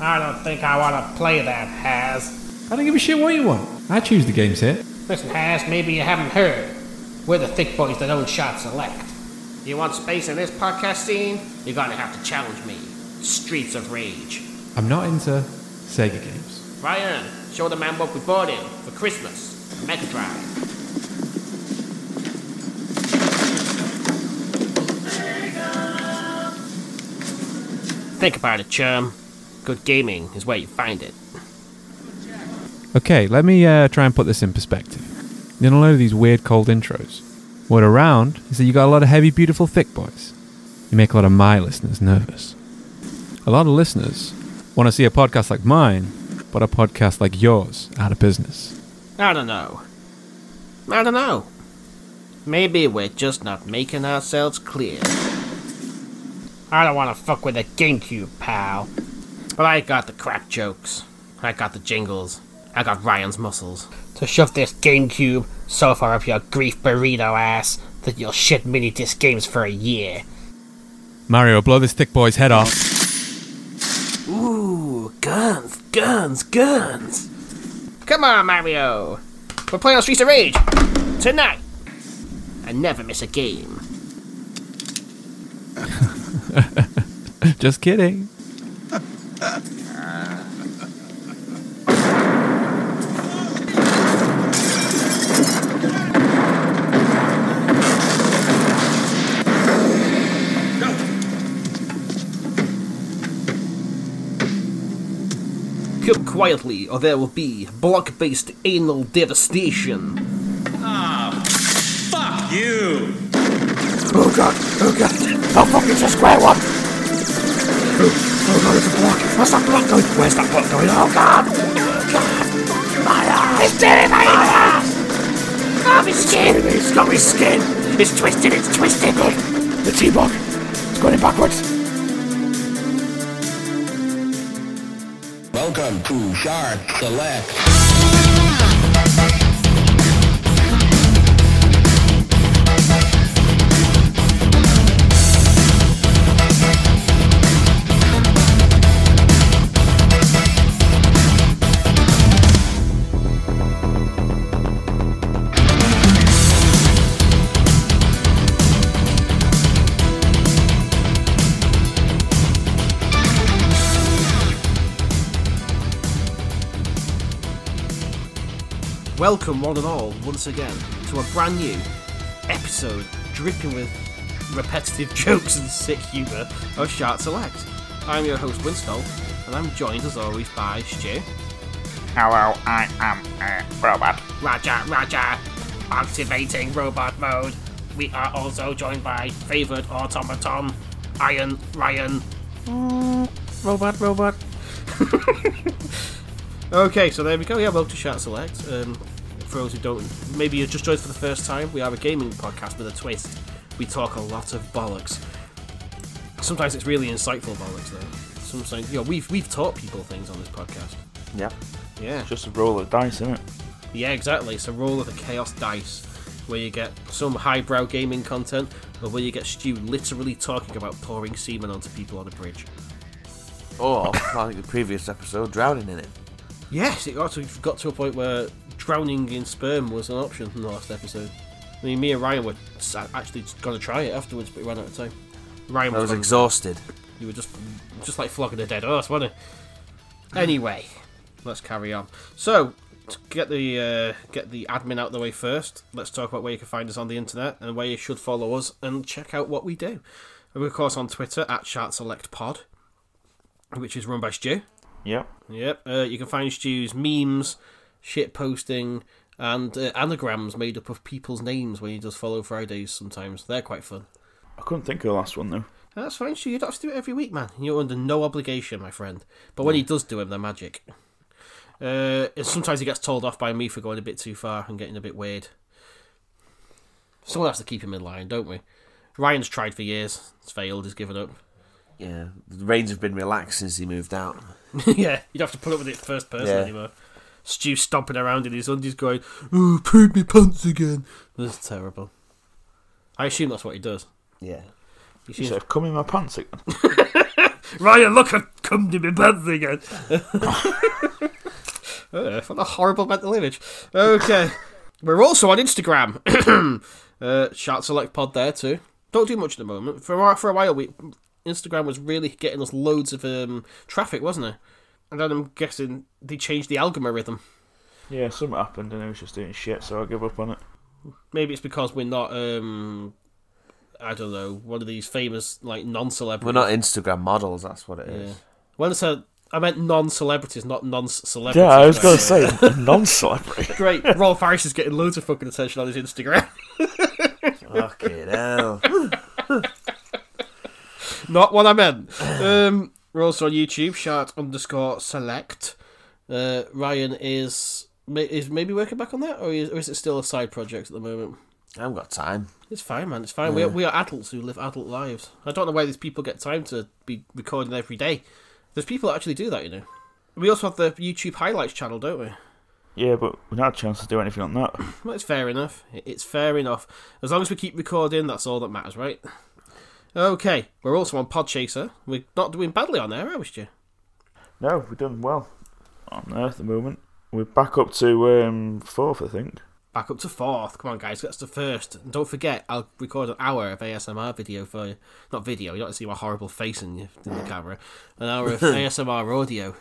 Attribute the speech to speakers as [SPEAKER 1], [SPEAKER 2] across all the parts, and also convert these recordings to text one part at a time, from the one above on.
[SPEAKER 1] I don't think I want to play that, Has.
[SPEAKER 2] I don't give a shit what you want. I choose the games here.
[SPEAKER 1] Listen, Has, maybe you haven't heard. We're the thick boys that own Shot Select. You want space in this podcast scene? You're gonna have to challenge me. Streets of Rage.
[SPEAKER 2] I'm not into Sega games.
[SPEAKER 1] Ryan, show the man what we bought him for Christmas. Mega Drive. Think about it, chum. Good gaming is where you find it.
[SPEAKER 2] Okay, let me uh, try and put this in perspective. You don't know these weird cold intros. What around is that you got a lot of heavy, beautiful thick boys. You make a lot of my listeners nervous. A lot of listeners want to see a podcast like mine, but a podcast like yours out of business.
[SPEAKER 1] I don't know. I don't know. Maybe we're just not making ourselves clear. I don't want to fuck with the GameCube, pal. But I got the crack jokes. I got the jingles. I got Ryan's muscles. To shove this GameCube so far up your grief burrito ass that you'll shit mini disc games for a year.
[SPEAKER 2] Mario, blow this thick boy's head off.
[SPEAKER 1] Ooh, guns, guns, guns! Come on, Mario! We're playing on Streets of Rage! Tonight! I never miss a game.
[SPEAKER 2] Just kidding.
[SPEAKER 1] Come quietly, or there will be block based anal devastation.
[SPEAKER 3] Ah, Fuck you!
[SPEAKER 1] Oh god, oh god, oh fuck, it's a square one! Oh, oh god, it's a block! Where's that block going? Where's that block going? Oh god! Oh god! My eyes! It's dead in my eyes! Oh, my skin! It's got my skin! It's twisted, it's twisted! Good. The T-block! It's going backwards!
[SPEAKER 4] Welcome to Shark Select.
[SPEAKER 1] Welcome, one and all, once again, to a brand new episode dripping with repetitive jokes and sick humour of Shark Select. I'm your host, Winstall, and I'm joined as always by Stu,
[SPEAKER 5] Hello, I am a robot.
[SPEAKER 1] Roger, Roger, activating robot mode. We are also joined by favoured automaton, Iron Ryan. Mm, robot, robot. okay, so there we go. Yeah, welcome to Shark Select. Um, for those who don't, maybe you just joined for the first time, we are a gaming podcast with a twist. We talk a lot of bollocks. Sometimes it's really insightful bollocks, though. Sometimes, you know, we've we've taught people things on this podcast.
[SPEAKER 5] Yeah,
[SPEAKER 1] Yeah.
[SPEAKER 5] just a roll of dice, isn't it?
[SPEAKER 1] Yeah, exactly. It's a roll of the chaos dice, where you get some highbrow gaming content, or where you get Stu literally talking about pouring semen onto people on a bridge.
[SPEAKER 6] Or, like the previous episode, drowning in it.
[SPEAKER 1] Yes, it actually got to a point where drowning in sperm was an option in the last episode. I mean, me and Ryan were s- actually going to try it afterwards, but we ran out of time. Ryan
[SPEAKER 6] I
[SPEAKER 1] was,
[SPEAKER 6] was
[SPEAKER 1] gonna-
[SPEAKER 6] exhausted.
[SPEAKER 1] You were just just like flogging a dead horse, weren't you? Anyway, let's carry on. So, to get the uh, get the admin out the way first, let's talk about where you can find us on the internet and where you should follow us and check out what we do. We're of course on Twitter at Chart Select Pod, which is run by Stu.
[SPEAKER 5] Yep.
[SPEAKER 1] Yep. Uh, you can find Stu's memes, shit posting, and uh, anagrams made up of people's names when he does Follow Fridays sometimes. They're quite fun.
[SPEAKER 5] I couldn't think of the last one though.
[SPEAKER 1] That's fine, Stu. You don't have to do it every week, man. You're under no obligation, my friend. But when he does do them, they're magic. Uh, and sometimes he gets told off by me for going a bit too far and getting a bit weird. Someone has to keep him in line, don't we? Ryan's tried for years. It's failed. He's given up.
[SPEAKER 6] Yeah, the reins have been relaxed since he moved out.
[SPEAKER 1] yeah, you'd have to put up with it first person
[SPEAKER 6] Yeah.
[SPEAKER 1] anymore. Stu stomping around in his undies going, Ooh, poop me pants again. That's terrible. I assume that's what he does.
[SPEAKER 6] Yeah.
[SPEAKER 1] He
[SPEAKER 5] You
[SPEAKER 1] seems-
[SPEAKER 5] said, "Come in my pants again."
[SPEAKER 1] Ryan, look, I've come to me pants again. uh, what a horrible mental image. Okay. We're also on Instagram. uh, Shout Select Pod there too. Don't do much at the moment. For a, for a while, we Instagram was really getting us loads of um, traffic, wasn't it? And then I'm guessing they changed the algorithm.
[SPEAKER 3] Yeah, something happened and it was just doing shit, so I give up on it.
[SPEAKER 1] Maybe it's because we're not, um, I don't know, one of these famous like non-celebrities.
[SPEAKER 6] We're not Instagram models, that's what it is.
[SPEAKER 1] Yeah. When I said I meant non-celebrities, not non-celebrities.
[SPEAKER 3] Yeah, I was going
[SPEAKER 1] Right.
[SPEAKER 3] to say non-celebrity.
[SPEAKER 1] Great, Rolf Harris is getting loads of fucking attention on his Instagram.
[SPEAKER 6] Fucking hell.
[SPEAKER 1] not what I meant. Um, we're also on YouTube, shart underscore select. Uh, Ryan is ma- is maybe working back on that, or is, or is it still a side project at the moment?
[SPEAKER 6] I haven't got time.
[SPEAKER 1] It's fine, man. It's fine. We, are, we are adults who live adult lives. I don't know where these people get time to be recording every day. There's people that actually do that, you know. We also have the YouTube highlights channel, don't we?
[SPEAKER 3] Yeah, but we not had a chance to do anything on that.
[SPEAKER 1] Well, it's fair enough. It- It's fair enough. As long as we keep recording, that's all that matters, right? Okay, we're also on Podchaser. We're not doing badly on there, are we, Stu?
[SPEAKER 3] No, we've done well on there at the moment. We're back up to um, fourth, I think.
[SPEAKER 1] Back up to fourth. Come on, guys, that's the first. And don't forget, I'll record an hour of ASMR video for you. Not video, you don't see my horrible face in, you- in the camera. An hour of ASMR audio.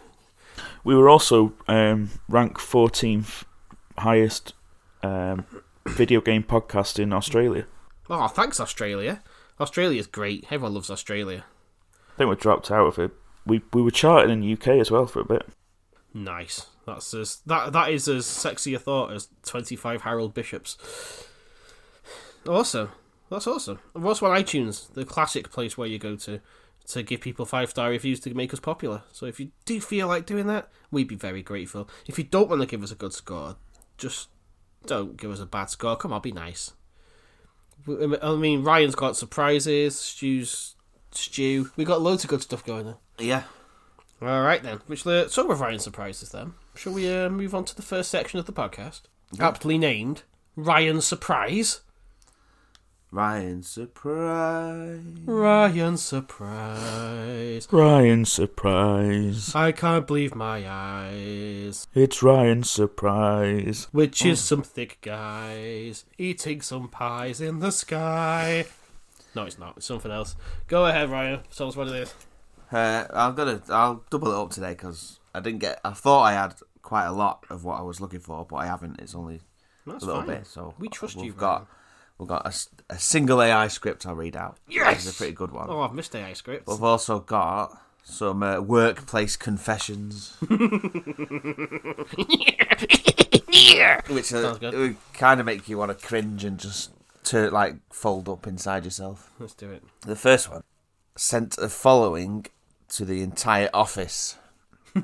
[SPEAKER 3] We were also um, ranked 14th highest um, video game podcast in Australia.
[SPEAKER 1] Oh, thanks, Australia. Australia's great. Everyone loves Australia.
[SPEAKER 3] I think we dropped out of it. We we were charting in the UK as well for a bit.
[SPEAKER 1] Nice. That's as that that is as sexy a thought as twenty five Harold Bishops. Awesome. That's awesome. We're also on iTunes, the classic place where you go to to give people five star reviews to make us popular. So if you do feel like doing that, we'd be very grateful. If you don't want to give us a good score, just don't give us a bad score. Come on, be nice. We- I mean, Ryan's got surprises. Stu's stew. We got loads of good stuff going on.
[SPEAKER 6] Yeah.
[SPEAKER 1] All right then. Which the sort of Ryan surprises them. Shall we uh, move on to the first section of the podcast, aptly named Ryan Surprise?
[SPEAKER 6] Ryan surprise.
[SPEAKER 1] Ryan Surprise.
[SPEAKER 3] Ryan surprise.
[SPEAKER 1] I can't believe my eyes.
[SPEAKER 3] It's Ryan surprise.
[SPEAKER 1] Which
[SPEAKER 6] Hmm.
[SPEAKER 1] is some thick guys eating some pies in the sky. No, it's not. It's something else. Go ahead, Ryan. Tell us what it is.
[SPEAKER 6] Uh, I'm gonna. I'll double it up today because I didn't get. I thought I had quite a lot of what I was looking for, but I haven't. It's only
[SPEAKER 1] That's
[SPEAKER 6] a little
[SPEAKER 1] fine.
[SPEAKER 6] bit. So
[SPEAKER 1] we trust
[SPEAKER 6] we've
[SPEAKER 1] you.
[SPEAKER 6] Got
[SPEAKER 1] Ryan.
[SPEAKER 6] we've got a, s- a single AI script I'll read out.
[SPEAKER 1] Yes!
[SPEAKER 6] it's a pretty good one.
[SPEAKER 1] Oh, I've missed AI scripts.
[SPEAKER 6] We've also got some uh, workplace confessions. Which
[SPEAKER 1] Sounds
[SPEAKER 6] uh,
[SPEAKER 1] good.
[SPEAKER 6] would kind of make you want to cringe and just to like fold up inside yourself.
[SPEAKER 1] Let's do it.
[SPEAKER 6] The first one sent the following to the entire office.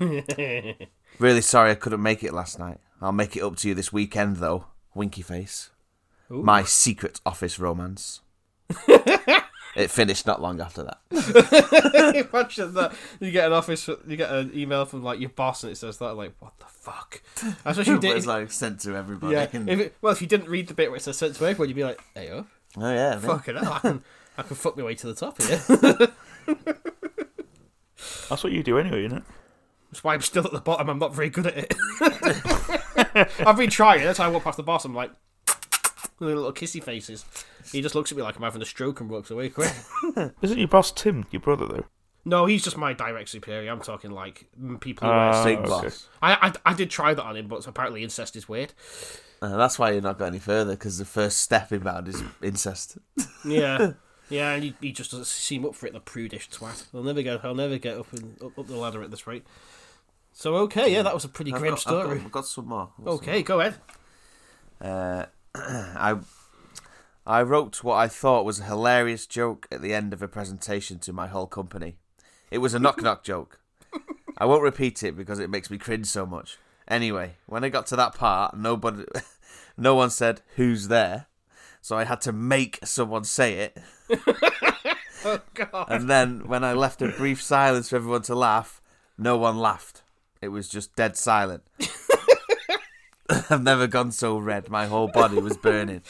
[SPEAKER 6] really sorry I couldn't make it last night. I'll make it up to you this weekend though. Winky face. My secret office romance. it finished not long after that.
[SPEAKER 1] Imagine that you get an office, you get an email from like your boss, and it says that like, what the fuck? That's what you
[SPEAKER 6] But
[SPEAKER 1] did.
[SPEAKER 6] it's like sent to everybody.
[SPEAKER 1] yeah.
[SPEAKER 6] And-
[SPEAKER 1] If it, well, if you didn't read the bit where it says sent to everyone, you'd be like, hey, oh,
[SPEAKER 6] oh yeah. yeah.
[SPEAKER 1] fucking hell, I can, I can fuck my way to the top here.
[SPEAKER 3] That's what you do anyway, isn't it?
[SPEAKER 1] That's why I'm still at the bottom. I'm not very good at it. I've been trying. That's how I walk past the boss. I'm like, with the little kissy faces. He just looks at me like I'm having a stroke and walks away quick.
[SPEAKER 3] Isn't your boss Tim your brother though?
[SPEAKER 1] no, he's just my direct superior. I'm talking like mm, people who
[SPEAKER 3] Ah,
[SPEAKER 1] wear
[SPEAKER 6] Big
[SPEAKER 3] okay.
[SPEAKER 6] boss.
[SPEAKER 1] I, I I did try that on him, but apparently incest is weird.
[SPEAKER 6] Uh, that's why you're not going any further because the first step inbound is incest.
[SPEAKER 1] Yeah. Yeah, and he, he just doesn't seem up for it, the prudish twat. I'll never get, I'll never get up and up, up the ladder at this rate. So okay, yeah, that was a pretty grim
[SPEAKER 6] got, I've, got,
[SPEAKER 1] story.
[SPEAKER 6] I've got some more. I've got some
[SPEAKER 1] okay, go ahead.
[SPEAKER 6] Uh, I I wrote what I thought was a hilarious joke at the end of a presentation to my whole company. It was a knock knock joke. I won't repeat it because it makes me cringe so much. Anyway, when I got to that part, nobody, no one said who's there, so I had to make someone say it.
[SPEAKER 1] Oh god.
[SPEAKER 6] And then when I left a brief silence for everyone to laugh, no one laughed. It was just dead silent. I've never gone so red. My whole body was burning.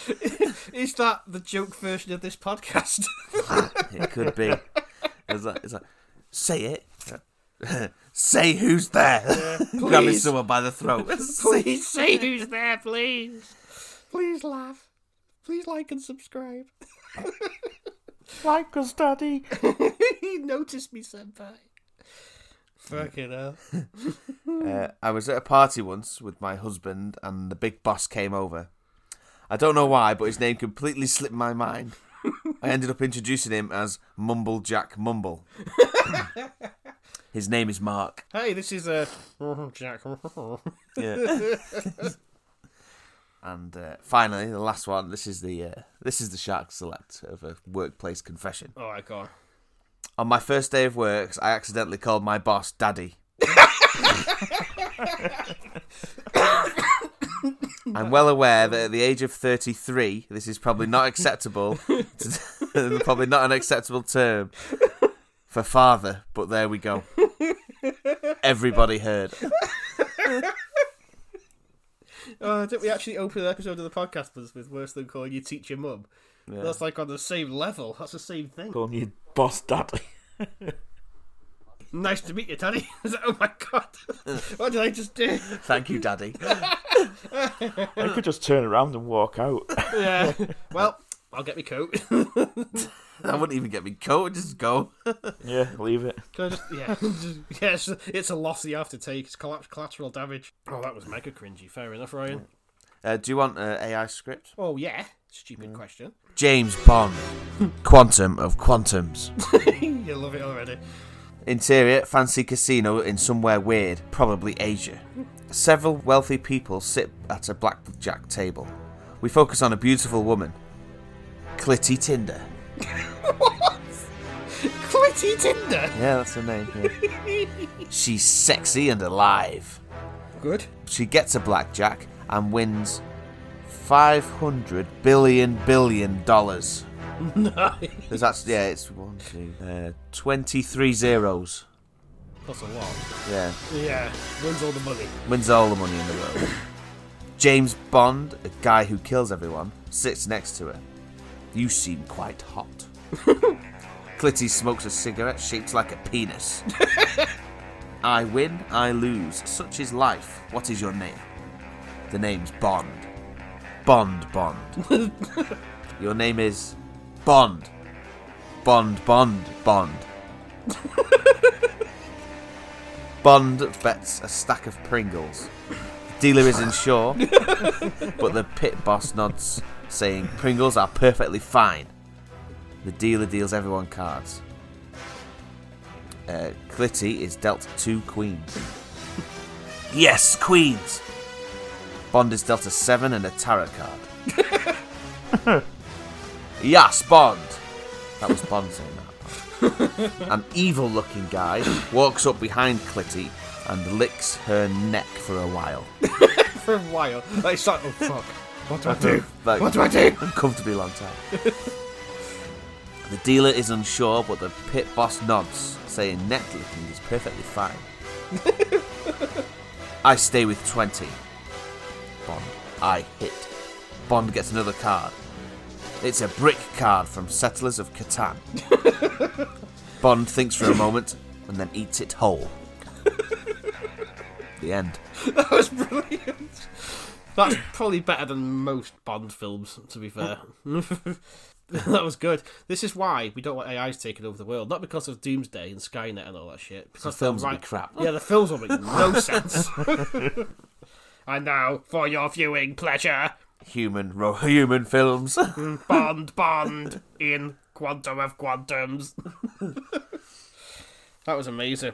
[SPEAKER 1] Is that the joke version of this podcast?
[SPEAKER 6] It could be. It's like, it's like say it. Say who's there. Grabbing
[SPEAKER 1] please.
[SPEAKER 6] someone by the throat.
[SPEAKER 1] Please say who's there, please. Please laugh. Please like and subscribe.
[SPEAKER 3] Like us, Daddy.
[SPEAKER 1] He noticed me, senpai. Fucking hell.
[SPEAKER 6] Uh, I was at a party once with my husband, and the big boss came over. I don't know why, but his name completely slipped my mind. I ended up introducing him as Mumble Jack Mumble. his name is Mark.
[SPEAKER 1] Hey, this is uh, Jack. Oh,
[SPEAKER 6] Yeah. and uh, finally, the last one. This is the uh, this is the Shark Select of a workplace confession.
[SPEAKER 1] Oh, I can't.
[SPEAKER 6] On my first day of work, I accidentally called my boss Daddy. I'm well aware that at the age of 33, this is probably not acceptable, to- probably not an acceptable term for father, but there we go. Everybody heard.
[SPEAKER 1] Oh, didn't we actually open an episode of the podcast with, with worse than calling your teacher mum? That's like on the same level. That's the same thing.
[SPEAKER 3] Calling you boss, Daddy.
[SPEAKER 1] Nice to meet you, Daddy. It's like, oh my god, what did I just do?
[SPEAKER 6] Thank you, Daddy.
[SPEAKER 3] I could just turn around and walk out.
[SPEAKER 1] Yeah. well, I'll get me coat.
[SPEAKER 6] I wouldn't even get me coat, I'd just go.
[SPEAKER 3] yeah, leave it.
[SPEAKER 1] Can I just, yeah, just- yeah, it's, it's a loss you have to take. It's colla- collateral damage. Oh, that was mega cringy. Fair enough, Ryan.
[SPEAKER 6] Uh, do you want an AI script?
[SPEAKER 1] Oh yeah, stupid question.
[SPEAKER 6] James Bond, Quantum of Quantums.
[SPEAKER 1] you love it already.
[SPEAKER 6] Interior, fancy casino in somewhere weird, probably Asia. Several wealthy people sit at a blackjack table. We focus on a beautiful woman. Clitty Tinder.
[SPEAKER 1] Clitty Tinder.
[SPEAKER 6] Yeah, that's her name. yeah. She's sexy and alive.
[SPEAKER 1] Good.
[SPEAKER 6] She gets a blackjack and wins 500 billion billion dollars. There's actually, yeah, it's one, two, uh, 23 zeros.
[SPEAKER 1] Plus a lot.
[SPEAKER 6] Yeah.
[SPEAKER 1] Yeah, wins all the money.
[SPEAKER 6] wins all the money in the world. James Bond, a guy who kills everyone, sits next to her. You seem quite hot. Clitty smokes a cigarette shaped like a penis. I win, I lose. Such is life. What is your name? The name's Bond. Bond, Bond. your name is Bond. Bond, Bond, Bond. Bond bets a stack of Pringles. Dealer is unsure, but the pit boss nods, saying Pringles are perfectly fine. The dealer deals everyone cards. Uh, Clitty is dealt two queens. yes, queens! Bond is dealt a seven and a tarot card. yes, Bond! That was Bond saying that an evil looking guy walks up behind Clitty and licks her neck for a while.
[SPEAKER 1] For a while, like, it's like, oh fuck, what do I do?
[SPEAKER 6] Like,
[SPEAKER 1] What do I do?
[SPEAKER 6] Uncomfortably long time. the dealer is unsure, but the pit boss nods, saying neck licking is perfectly fine. I stay with 20. Bond. I hit. Bond gets another card. It's a brick card from Settlers of Catan. Bond thinks for a moment and then eats it whole. the end.
[SPEAKER 1] That was brilliant. That's probably better than most Bond films, to be fair. that was good. This is why we don't want AIs taking over the world. Not because of Doomsday and Skynet and all that shit. Because
[SPEAKER 6] The films
[SPEAKER 1] they're
[SPEAKER 6] will be
[SPEAKER 1] right.
[SPEAKER 6] crap.
[SPEAKER 1] Yeah, the films will make no sense. and now, for your viewing pleasure,
[SPEAKER 6] Human, ro- human films.
[SPEAKER 1] Bond, Bond in Quantum of Quantums. that was amazing.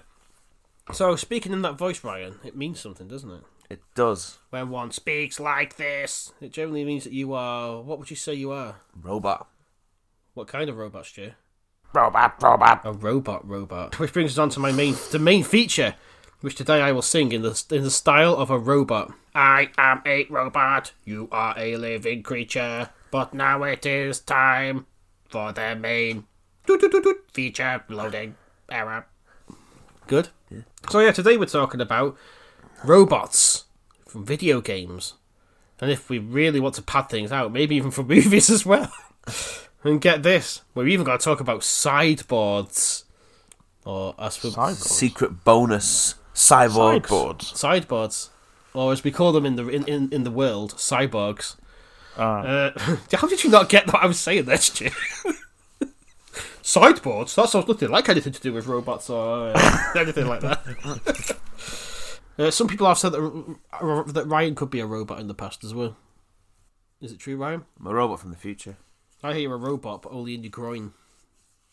[SPEAKER 1] So, speaking in that voice, Ryan, it means something, doesn't it?
[SPEAKER 6] it does.
[SPEAKER 1] When one speaks like this, it generally means that you are. What would you say you are?
[SPEAKER 6] Robot.
[SPEAKER 1] What kind of robot, Stu?
[SPEAKER 5] Robot, robot.
[SPEAKER 1] A robot, robot. Which brings us on to my main, the main feature, which today I will sing in the in the style of a robot. I am a robot. You are a living creature. But now it is time for the main doot, doot, doot, doot, feature loading error. Good. So yeah, today we're talking about robots from video games, and if we really want to pad things out, maybe even from movies as well. And get this, we're even going to talk about sideboards. or us with
[SPEAKER 6] Secret bonus. Cyborgs.
[SPEAKER 3] Sideboards.
[SPEAKER 1] sideboards, or as we call them in the in, in, in the world, cyborgs. Uh, how did you not get that I was saying that shit? sideboards? That sounds nothing like anything to do with robots or uh, anything like that. uh, some people have said that, that Ryan could be a robot in the past as well. Is it true, Ryan?
[SPEAKER 6] I'm a robot from the future.
[SPEAKER 1] I hear you're a robot, but only in your groin,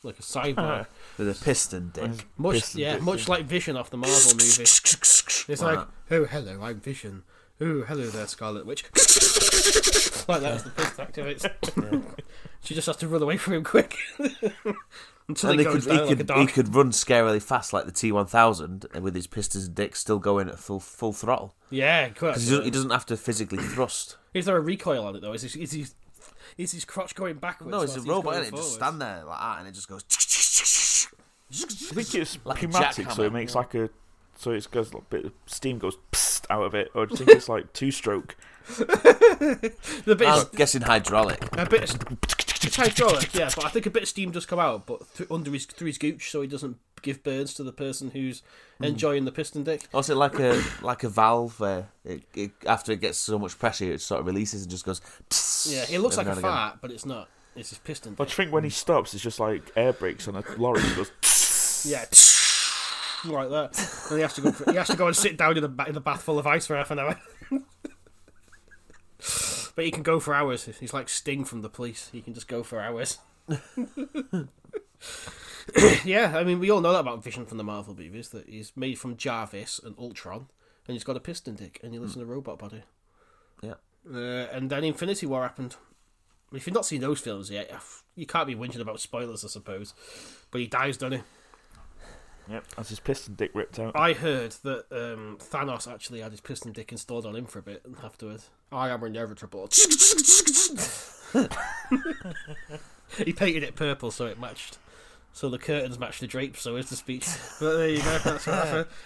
[SPEAKER 1] like a
[SPEAKER 3] Ah.
[SPEAKER 1] cyborg.
[SPEAKER 6] With a piston dick.
[SPEAKER 1] Much,
[SPEAKER 3] Piston
[SPEAKER 1] yeah,
[SPEAKER 3] dick,
[SPEAKER 1] much like Vision off the Marvel movie. It's like, oh hello, I'm Vision. Oh hello there, Scarlet Witch. like that as the fist activates. she just has to run away from him quick. Until
[SPEAKER 6] And
[SPEAKER 1] he
[SPEAKER 6] he
[SPEAKER 1] goes
[SPEAKER 6] could,
[SPEAKER 1] down
[SPEAKER 6] he,
[SPEAKER 1] like a
[SPEAKER 6] could,
[SPEAKER 1] dog.
[SPEAKER 6] he could run scarily fast like the T1000 with his pistons and dick still going at full, full throttle.
[SPEAKER 1] Yeah, of course.
[SPEAKER 6] He doesn't, he doesn't have to physically thrust.
[SPEAKER 1] Is there a recoil on it though? Is his, is his, is his crotch going backwards?
[SPEAKER 6] No, it's a
[SPEAKER 1] whilst he's
[SPEAKER 6] robot,
[SPEAKER 1] going
[SPEAKER 6] and it
[SPEAKER 1] forwards?
[SPEAKER 6] just stand there like that, and it just goes.
[SPEAKER 3] I think it's
[SPEAKER 6] Like a
[SPEAKER 3] pneumatic, so
[SPEAKER 6] jackhammer.
[SPEAKER 3] it makes like a so it goes a little bit of steam goes psst out of it. Or do you think it's like two stroke?
[SPEAKER 1] The bit
[SPEAKER 6] I'm
[SPEAKER 1] is,
[SPEAKER 6] guessing hydraulic.
[SPEAKER 1] a bit. Of, it's hydraulic, yeah, but I think a bit of steam does come out, but th- under his through his gooch, so he doesn't give burns to the person who's
[SPEAKER 6] Hmm.
[SPEAKER 1] enjoying the piston dick.
[SPEAKER 6] Also, like a like a valve where it, it after it gets so much pressure, it sort of releases and just goes. psst
[SPEAKER 1] Yeah, it looks like
[SPEAKER 6] every
[SPEAKER 1] a
[SPEAKER 6] now and again.
[SPEAKER 1] fart, but it's not. It's his piston.
[SPEAKER 3] But I think when he stops, it's just like air brakes on a lorry. It goes psst.
[SPEAKER 1] Yeah, like that. And he has to go. For, he has to go and sit down in the ba- in the bath full of ice for half an hour. but he can go for hours. He's like Sting from the Police. He can just go for hours. yeah, I mean, we all know that about Vision from the Marvel movies. That he's made from Jarvis and Ultron, and he's got a piston dick, and he lives in a robot body.
[SPEAKER 6] Yeah.
[SPEAKER 1] Uh, and then Infinity War happened. If you've not seen those films yet, you can't be whinging about spoilers, I suppose. But he dies, doesn't he?
[SPEAKER 3] Yep, that's his piston dick ripped out.
[SPEAKER 1] I heard that um, Thanos actually had his piston dick installed on him for a bit afterwards. I am inevitable. he painted it purple so it matched. So the curtains matched the drapes, so is the speech. But there you go, that's what happened.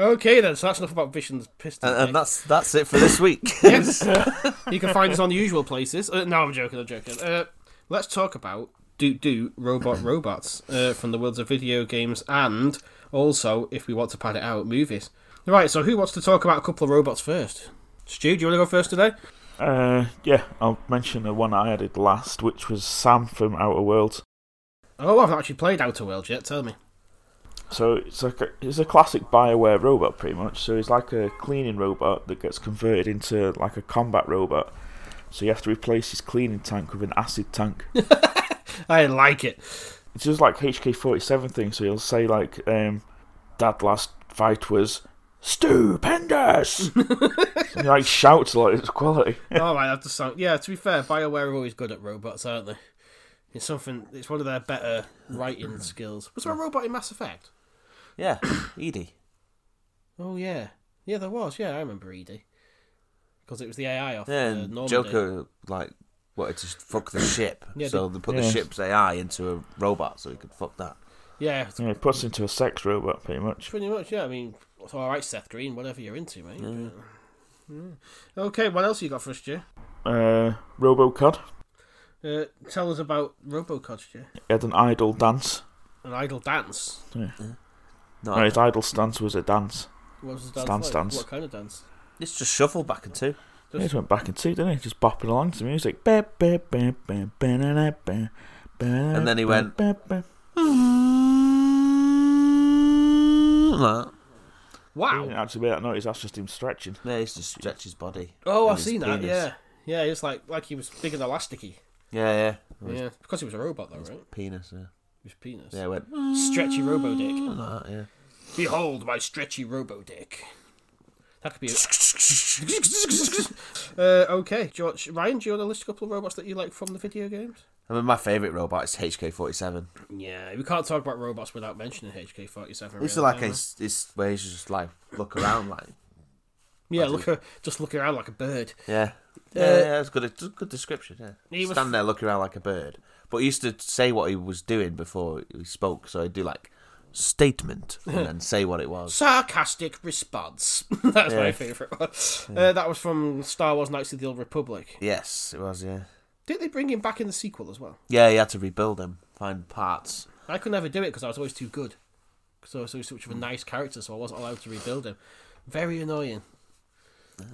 [SPEAKER 1] Okay then, so that's enough about Vision's piston
[SPEAKER 6] And,
[SPEAKER 1] dick.
[SPEAKER 6] and that's that's it for this week.
[SPEAKER 1] You can find us on the usual places. Uh, no, I'm joking. I'm joking. Uh, let's talk about Doot Doot Robot Robots uh, from the worlds of video games and also, if we want to pad it out, movies. Right. So, who wants to talk about a couple of robots first? Stu, do you want to go first today?
[SPEAKER 3] Uh, yeah, I'll mention the one I added last, which was Sam from Outer Worlds.
[SPEAKER 1] Oh, I've not actually played Outer Worlds yet. Tell me.
[SPEAKER 3] So it's like a, it's a classic Bioware robot, pretty much. So it's like a cleaning robot that gets converted into like a combat robot. So you have to replace his cleaning tank with an acid tank.
[SPEAKER 1] I like it.
[SPEAKER 3] it's just like HK47 thing. So he'll say like, um, "That last fight was stupendous." and he like shouts like it's quality.
[SPEAKER 1] All right, that does sound. Yeah, to be fair, Bioware are always good at robots, aren't they? It's something. It's one of their better writing skills. Was there a robot in Mass Effect?
[SPEAKER 6] yeah, Edie.
[SPEAKER 1] Oh yeah, yeah, there was. Yeah, I remember Edie because it was the AI off
[SPEAKER 6] Yeah,
[SPEAKER 1] uh,
[SPEAKER 6] and
[SPEAKER 1] Normandy.
[SPEAKER 6] Joker like wanted to fuck the ship,
[SPEAKER 1] Yeah,
[SPEAKER 6] so they put the
[SPEAKER 3] yeah.
[SPEAKER 6] ship's AI into a robot so he could fuck that.
[SPEAKER 1] Yeah, it's
[SPEAKER 3] You know, he puts into a sex robot, pretty much.
[SPEAKER 1] pretty much. Yeah, I mean, it's all right, Seth Green, whatever you're into, mate. but- yeah. Okay, what else you got for us, Stu?
[SPEAKER 3] Uh, Robocod
[SPEAKER 1] Uh, tell us about RoboCod, Stu.
[SPEAKER 3] he had an idle dance.
[SPEAKER 1] An idle dance.
[SPEAKER 6] No,
[SPEAKER 3] No, his idle stance was a dance.
[SPEAKER 1] What was the dance?
[SPEAKER 3] Dance,
[SPEAKER 1] like?
[SPEAKER 3] dance.
[SPEAKER 1] What kind of dance?
[SPEAKER 6] it's just shuffle back and two.
[SPEAKER 3] He just went back and two, didn't he? Just bopping along to music. And
[SPEAKER 6] then he went- Like that.
[SPEAKER 3] He
[SPEAKER 1] Wow.
[SPEAKER 3] didn't actually make that noise, that's just him stretching.
[SPEAKER 6] Yeah, he used to stretch his body.
[SPEAKER 1] Oh,
[SPEAKER 6] and
[SPEAKER 1] I've
[SPEAKER 6] his
[SPEAKER 1] seen that.
[SPEAKER 6] penis.
[SPEAKER 1] Yeah, yeah. It's like like he was big and elasticy.
[SPEAKER 6] yeah, yeah. With his
[SPEAKER 1] Yeah, because he was a robot though, right?
[SPEAKER 6] Penis. Yeah,
[SPEAKER 1] His penis.
[SPEAKER 6] yeah. It went
[SPEAKER 1] Stretchy robo dick.
[SPEAKER 6] like that. Yeah.
[SPEAKER 1] Behold my stretchy robo dick. That could be. A... uh, okay, George Ryan, do you want to list a couple of robots that you like from the video games?
[SPEAKER 6] I mean, my favourite robot is HK47.
[SPEAKER 1] Yeah, we can't talk about robots without mentioning HK forty seven.
[SPEAKER 6] It's like it's, it's where he's just like look around, like
[SPEAKER 1] yeah, look a, just looking around like a bird.
[SPEAKER 6] yeah, yeah, yeah. That's good. It's a good description. Yeah,
[SPEAKER 1] Uh, He was-
[SPEAKER 6] stand there looking around like a bird. But he used to say what he was doing before he spoke, so he'd do like statement and then say what it was.
[SPEAKER 1] Sarcastic response. That's my
[SPEAKER 6] Yeah.
[SPEAKER 1] favourite one. Uh, that was from Star Wars: Knights of the Old Republic.
[SPEAKER 6] Yes, it was. Yeah,
[SPEAKER 1] Did they bring him back in the sequel as well?
[SPEAKER 6] yeah. He had to rebuild him, find parts.
[SPEAKER 1] I could never do it because I was always too good. So, so he's such a nice character, so I wasn't allowed to rebuild him. Very annoying.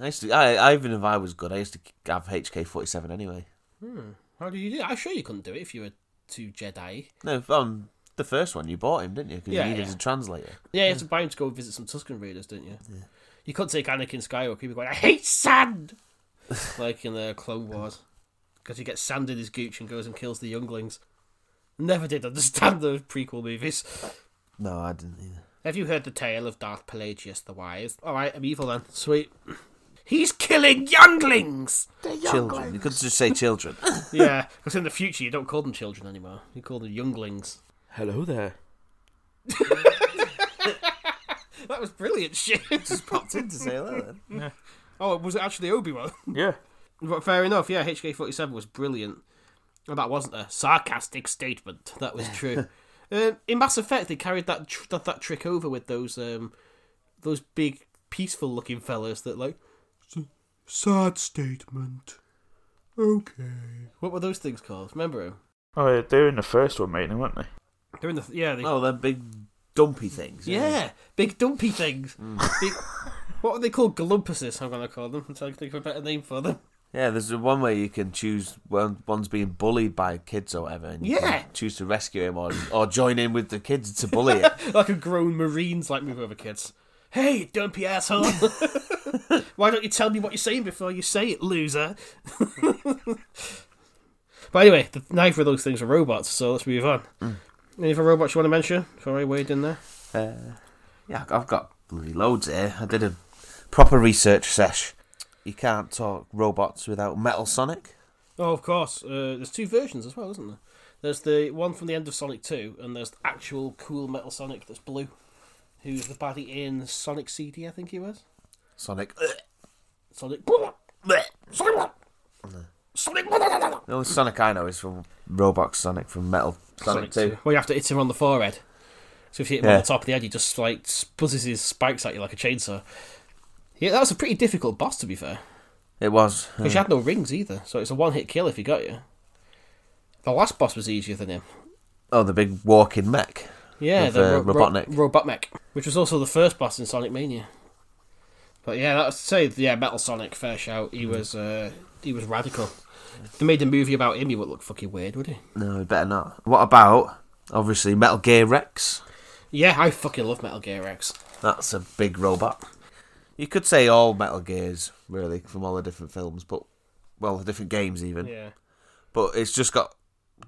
[SPEAKER 6] I used to, I, I even if I was good, I used to have HK forty seven anyway.
[SPEAKER 1] How do you do? that? I'm sure you couldn't do it if you were two Jedi.
[SPEAKER 6] No, on the first one you bought him, didn't you? Because
[SPEAKER 1] Yeah,
[SPEAKER 6] you needed
[SPEAKER 1] yeah.
[SPEAKER 6] a translator.
[SPEAKER 1] Yeah, you had to buy him to go visit some Tuscan Raiders, didn't you? You couldn't take Anakin Skywalker. He'd be going, "I hate sand," like in the Clone Wars, because he gets sand in his gooch and goes and kills the younglings. Never did understand those prequel movies.
[SPEAKER 6] No, I didn't either.
[SPEAKER 1] Have you heard the tale of Darth Pelagius the Wise? All right, I'm evil then. Sweet. He's killing younglings.
[SPEAKER 6] Children. You could just say children.
[SPEAKER 1] yeah, because in the future you don't call them children anymore. You call them younglings.
[SPEAKER 3] Hello there.
[SPEAKER 1] That was brilliant shit.
[SPEAKER 6] just popped in to say hello then.
[SPEAKER 1] oh, was it actually Obi Wan?
[SPEAKER 3] Yeah.
[SPEAKER 1] But fair enough, yeah, HK47 was brilliant. Well, that wasn't a sarcastic statement. That was true. um, in Mass Effect, they carried that, tr- that that trick over with those um, those big, peaceful looking fellas that like. "S- Sad statement. Okay. What were those things called? Remember 'em?
[SPEAKER 3] Oh, yeah, they were in the first one, mate, weren't they?
[SPEAKER 1] They're in the yeah. They,
[SPEAKER 6] Oh, they're big dumpy things.
[SPEAKER 1] yeah. big dumpy things. Big, what are they called? Galumpuses. I'm gonna call them. I'm trying to think of a better name for them.
[SPEAKER 6] Yeah, there's the one where you can choose one, one's being bullied by kids or whatever, and you
[SPEAKER 1] Yeah.
[SPEAKER 6] can choose to rescue him or, or join in with the kids to bully it.
[SPEAKER 1] like a grown Marines like move over kids. Hey, dumpy asshole! Why don't you tell me what you're saying before you say it, loser? but anyway, the neither of those things are robots, so let's move on. Any other robots you want to mention? Sorry, Wade in there.
[SPEAKER 6] Uh, yeah, I've got bloody loads here. I did a proper research sesh. You can't talk robots without Metal Sonic.
[SPEAKER 1] Oh, of course. Uh, there's two versions as well, isn't there? There's the one from the end of Sonic 2, and there's the actual cool Metal Sonic that's blue, who's the baddie in Sonic CD, I think he was.
[SPEAKER 6] Sonic.
[SPEAKER 1] Sonic.
[SPEAKER 6] Sonic. The only Sonic I know is from Robot Sonic from Metal Sonic, 2.
[SPEAKER 1] Well, you have to hit him on the forehead. So if you hit him on
[SPEAKER 6] Yeah.
[SPEAKER 1] the top of the head, he just like buzzes his spikes at you like a chainsaw. Yeah, that was a pretty difficult boss to be fair.
[SPEAKER 6] It was. uh,
[SPEAKER 1] Because you had no rings either, so it's a one hit kill if he got you. The last boss was easier than him.
[SPEAKER 6] oh, the big walking mech.
[SPEAKER 1] Yeah,
[SPEAKER 6] With,
[SPEAKER 1] the
[SPEAKER 6] uh,
[SPEAKER 1] ro- ro-
[SPEAKER 6] Robotnik.
[SPEAKER 1] Robotnik, which was also the first boss in Sonic Mania. But yeah, that was say yeah, Metal Sonic, fair shout.
[SPEAKER 6] Hmm.
[SPEAKER 1] He was uh, he was radical. If they made a movie about him, he would look fucking weird, would he?
[SPEAKER 6] No, you better not. What about, obviously, Metal Gear Rex?
[SPEAKER 1] Yeah, I fucking love Metal Gear X.
[SPEAKER 6] That's a big robot. You could say all Metal Gears, really, from all the different films, but, well, the different games even.
[SPEAKER 1] Yeah.
[SPEAKER 6] But it's just got,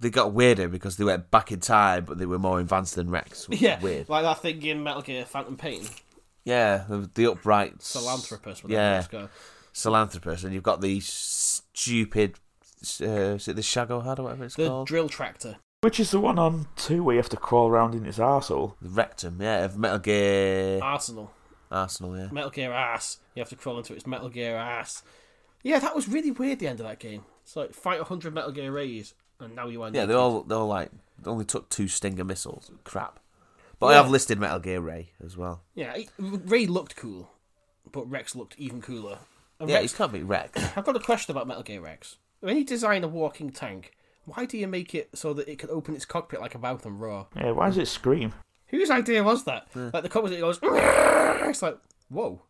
[SPEAKER 6] they got weirder because they went back in time, but they were more advanced than Rex. Which
[SPEAKER 1] Yeah,
[SPEAKER 6] Is weird.
[SPEAKER 1] like that thing in Metal Gear Phantom Pain,
[SPEAKER 6] Yeah, the, the upright.
[SPEAKER 1] philanthropist. whatever
[SPEAKER 6] Yeah,
[SPEAKER 1] it's called.
[SPEAKER 6] philanthropist. And you've got the stupid, uh, is it the Shago Head or whatever it's
[SPEAKER 1] the
[SPEAKER 6] called?
[SPEAKER 1] drill tractor.
[SPEAKER 3] Which is the one on two where you have to crawl around in his arsehole.
[SPEAKER 6] the rectum, yeah, of Metal Gear
[SPEAKER 1] Arsenal,
[SPEAKER 6] Arsenal, yeah.
[SPEAKER 1] Metal Gear ass. You have to crawl into its Metal Gear ass. Yeah, that was really weird. The end of that game. It's like fight hundred Metal Gear Rays, and now you are.
[SPEAKER 6] Yeah,
[SPEAKER 1] naked.
[SPEAKER 6] they all they all like they only took two Stinger missiles. Crap. But
[SPEAKER 1] Yeah.
[SPEAKER 6] I have listed Metal Gear Ray as well.
[SPEAKER 1] Yeah, he- Ray looked cool, but Rex looked even cooler. And
[SPEAKER 6] Yeah,
[SPEAKER 1] Rex,
[SPEAKER 6] you can't be wrecked.
[SPEAKER 1] I've got a question about Metal Gear Rex. When you design a walking tank, why do you make it so that it can open its cockpit like a mouth and roar?
[SPEAKER 3] Yeah, why does it scream?
[SPEAKER 1] Whose idea was that?
[SPEAKER 6] Hmm.
[SPEAKER 1] Like the cockpit, it goes. It's like whoa.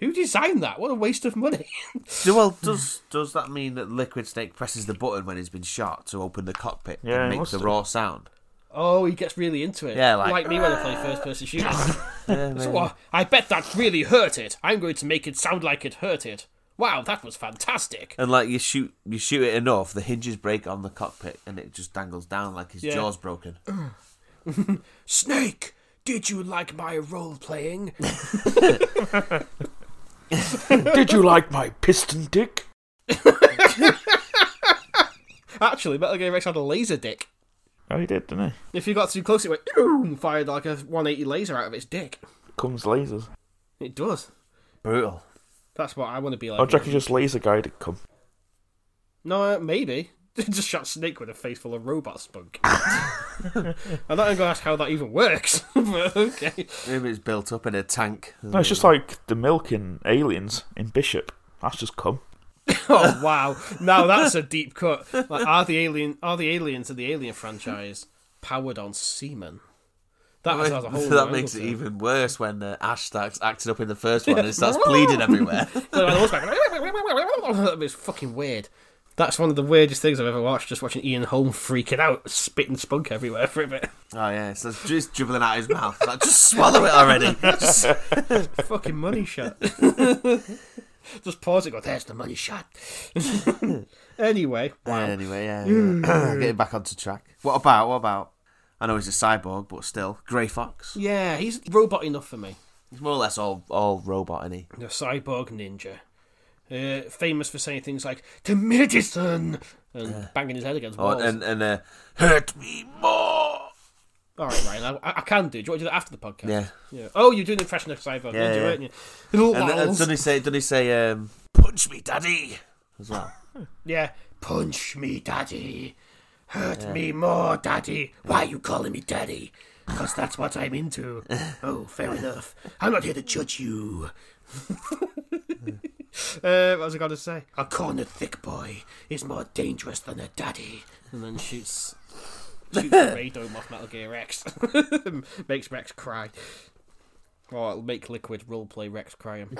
[SPEAKER 1] Who designed that? What a waste of money.
[SPEAKER 6] So, well, does does that mean that Liquid Snake presses the button when he's been shot to open the cockpit
[SPEAKER 3] Yeah, it
[SPEAKER 6] and make
[SPEAKER 3] must
[SPEAKER 6] the
[SPEAKER 3] do.
[SPEAKER 6] raw sound?
[SPEAKER 1] Oh, he gets really into it.
[SPEAKER 6] Yeah, like-
[SPEAKER 1] me when I play first person shooters. so, uh, I bet that really hurt it. I'm going to make it sound like it hurt it. Wow, that was fantastic.
[SPEAKER 6] And like you shoot you shoot it enough, the hinges break on the cockpit and it just dangles down like his
[SPEAKER 1] Yeah.
[SPEAKER 6] jaw's broken.
[SPEAKER 1] Snake, did you like my role playing?
[SPEAKER 3] Did you like my piston dick?
[SPEAKER 1] Actually, Metal Gear Rex had a laser dick.
[SPEAKER 3] Oh, he did, didn't he?
[SPEAKER 1] If you got too close, it went "Ew," and fired like a 180 laser out of its dick.
[SPEAKER 3] Comes lasers.
[SPEAKER 1] It does.
[SPEAKER 6] Brutal.
[SPEAKER 1] That's what I want to be like.
[SPEAKER 3] Oh, Jackie just laser guided cum.
[SPEAKER 1] No, uh, maybe. Just shot Snake with a face full of robot spunk. I'm not going to ask how that even works. but okay.
[SPEAKER 6] Maybe it's built up in a tank.
[SPEAKER 3] No, it's just like the milk in Aliens in Bishop. That's just cum.
[SPEAKER 1] Oh wow! Now that's a deep cut. Like, are the alien are the aliens of the Alien franchise powered on semen? That, was, that was a whole
[SPEAKER 6] that
[SPEAKER 1] new
[SPEAKER 6] makes it
[SPEAKER 1] angle to
[SPEAKER 6] even worse when uh, Ash starts acting up in the first one and it starts bleeding everywhere.
[SPEAKER 1] So the horse back. It was fucking weird. That's one of the weirdest things I've ever watched. Just watching Ian Holm freaking out, spitting spunk everywhere for a bit.
[SPEAKER 6] Oh yeah, so it's just dribbling out his mouth. It's like, just swallow it already. Just-
[SPEAKER 1] fucking money shot. Just pause it. Go, there's the money shot. anyway,
[SPEAKER 6] Anyway, yeah. yeah. Getting back onto track. What about? What about? I know he's a cyborg, but still, Grey Fox.
[SPEAKER 1] yeah, he's robot enough for me.
[SPEAKER 6] He's more or less all all robot, isn't he?
[SPEAKER 1] The cyborg ninja, uh, famous for saying things like "to medicine" and banging his head against
[SPEAKER 6] Oh,
[SPEAKER 1] walls.
[SPEAKER 6] and and uh, hurt me more.
[SPEAKER 1] All right, Ryan, I, I can do. Do you want to do that after the podcast?
[SPEAKER 6] Yeah.
[SPEAKER 1] Yeah. Oh, you're doing the impression of cyborg
[SPEAKER 6] Yeah,
[SPEAKER 1] ninja,
[SPEAKER 6] yeah.
[SPEAKER 1] aren't you? Little
[SPEAKER 6] And, and
[SPEAKER 1] walls.
[SPEAKER 6] doesn't he say? Doesn't he say? Um, Punch me, daddy. As well.
[SPEAKER 1] Yeah. Punch me, daddy. Hurt me more, daddy. Why are you calling me daddy? Because that's what I'm into. Oh, fair enough. I'm not here to judge you. uh, what was I going to say? A cornered thick boy is more dangerous than a daddy. And then shoots. Shoots the radome off Metal Gear Rex. Makes Rex cry. Or it'll make Liquid roleplay Rex crying.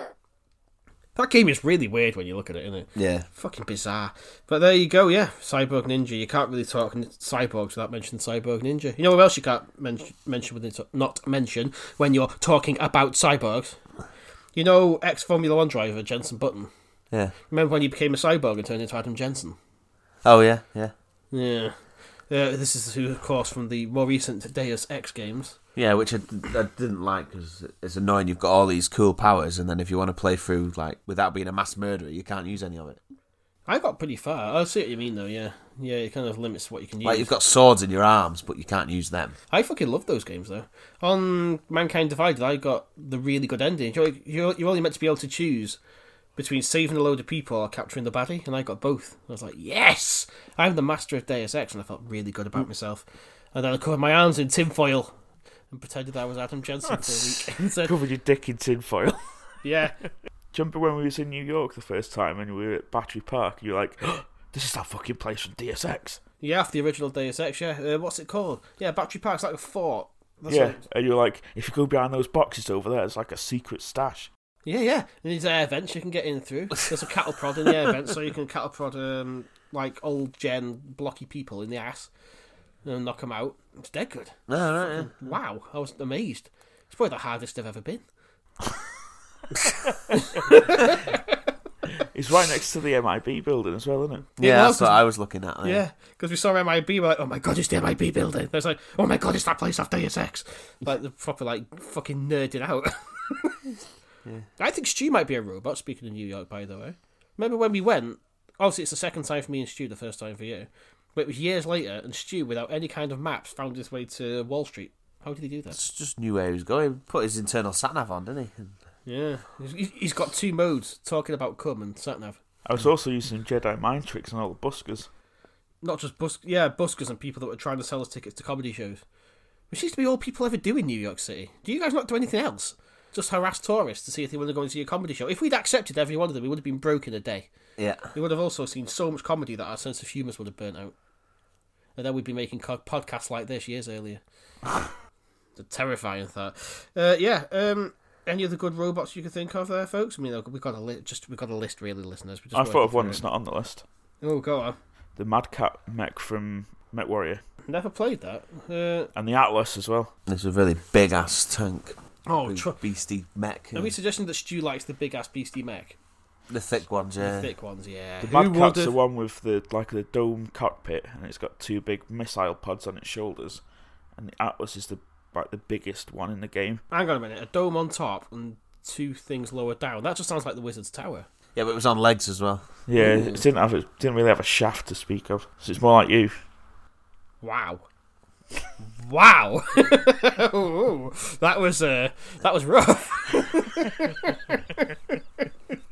[SPEAKER 1] That game is really weird when you look at it, isn't it?
[SPEAKER 6] Yeah.
[SPEAKER 1] Fucking bizarre. But there you go, yeah. Cyborg Ninja. You can't really talk n- cyborgs without mentioning Cyborg Ninja. You know what else you can't men- mention within t- not mention when you're talking about cyborgs? You know ex Formula One driver Jensen Button.
[SPEAKER 6] Yeah.
[SPEAKER 1] Remember when he became a cyborg and turned into Adam Jensen?
[SPEAKER 6] Oh yeah. Yeah.
[SPEAKER 1] Yeah. Uh, this is who, of course, from the more recent Deus Ex games.
[SPEAKER 6] Yeah, which I, I didn't like because it's annoying. You've got all these cool powers, and then if you want to play through like without being a mass murderer, you can't use any of it.
[SPEAKER 1] I got pretty far. I see what you mean, though. Yeah, yeah. It kind of limits what you can use.
[SPEAKER 6] Like you've got swords in your arms, but you can't use them.
[SPEAKER 1] I fucking love those games though. On Mankind Divided, I got the really good ending. You're, you're, you're only meant to be able to choose between saving a load of people or capturing the baddie, and I got both. I was like, yes, I'm the master of Deus Ex, and I felt really good about myself. And then I covered my arms in tinfoil and pretended I was Adam Jensen for a week. And said,
[SPEAKER 3] Covered your dick in tinfoil.
[SPEAKER 1] yeah,
[SPEAKER 3] Do you remember when we was in New York the first time and we were at Battery Park? and You were like, "This is that fucking place from DSX."
[SPEAKER 1] yeah, after the original Deus Ex, yeah. Uh, what's it called? Yeah, Battery Park's like a fort. That's
[SPEAKER 3] yeah,
[SPEAKER 1] what-
[SPEAKER 3] and you were like, "If you go behind those boxes over there, it's like a secret stash."
[SPEAKER 1] Yeah, yeah. And there's air vents you can get in through. There's a cattle prod in the air vents, so you can cattle prod um, like old gen blocky people in the ass and knock them out. It's dead good.
[SPEAKER 6] No, no, yeah.
[SPEAKER 1] Wow, I was amazed. It's probably the hardest I've ever been.
[SPEAKER 3] It's right next to the MIB building as well, isn't it?
[SPEAKER 6] Yeah,
[SPEAKER 1] was,
[SPEAKER 6] that's what I was looking at. There.
[SPEAKER 1] Yeah, because we saw MIB, we're like, oh my god, it's the MIB building. There's like, oh my god, it's that place after Deus Ex. Like, they're proper, like, fucking nerding out. I think Stu might be a robot, speaking of New York, by the way. Remember when we went? Obviously, it's the second time for me and Stu, the first time for you. But it was years later, and Stu, without any kind of maps, found his way to Wall Street. How did he do that?
[SPEAKER 6] It's just knew where he was going. Put his internal sat nav on, didn't he?
[SPEAKER 1] Yeah. He's- He's got two modes talking about cum and satnav.
[SPEAKER 3] I was also using Jedi mind tricks on all the buskers.
[SPEAKER 1] not just bus yeah buskers and people that were trying to sell us tickets to comedy shows which seems to be all people ever do in new york city do you guys not do anything else just harass tourists to see if they want to go and see a comedy show if we'd accepted every one of them we would have been broke in a day
[SPEAKER 6] Yeah.
[SPEAKER 1] we would have also seen so much comedy that our sense of humour would have burnt out and then we'd be making co- podcasts like this years earlier it's a terrifying thought uh, yeah um any other good robots you can think of there folks i mean we've got a list just we've got a list really listeners We're just
[SPEAKER 3] I thought of
[SPEAKER 1] working
[SPEAKER 3] one
[SPEAKER 1] through
[SPEAKER 3] that's not on the list:
[SPEAKER 1] it. oh go on
[SPEAKER 3] the Madcap mech from Met Warrior
[SPEAKER 1] never played that uh,
[SPEAKER 3] and the Atlas as well.
[SPEAKER 6] It's a really big ass tank.
[SPEAKER 1] oh
[SPEAKER 6] Big
[SPEAKER 1] tr-
[SPEAKER 6] beastie mech.
[SPEAKER 1] Are we suggesting that Stu likes the big ass beastie mech?
[SPEAKER 6] The thick ones, yeah.
[SPEAKER 1] Thick ones, yeah.
[SPEAKER 3] The
[SPEAKER 1] Who would
[SPEAKER 3] Madcap's the
[SPEAKER 1] have-
[SPEAKER 3] one with the like the dome cockpit, and it's got two big missile pods on its shoulders. And the Atlas is the like the biggest one in the game.
[SPEAKER 1] Hang on a minute, a dome on top and two things lower down. That just sounds like the Wizard's Tower.
[SPEAKER 6] Yeah, but it was on legs as well.
[SPEAKER 3] Yeah, it didn't have it didn't really have a shaft to speak of, so it's more like you.
[SPEAKER 1] Wow. Wow. Ooh, that was uh, that was rough.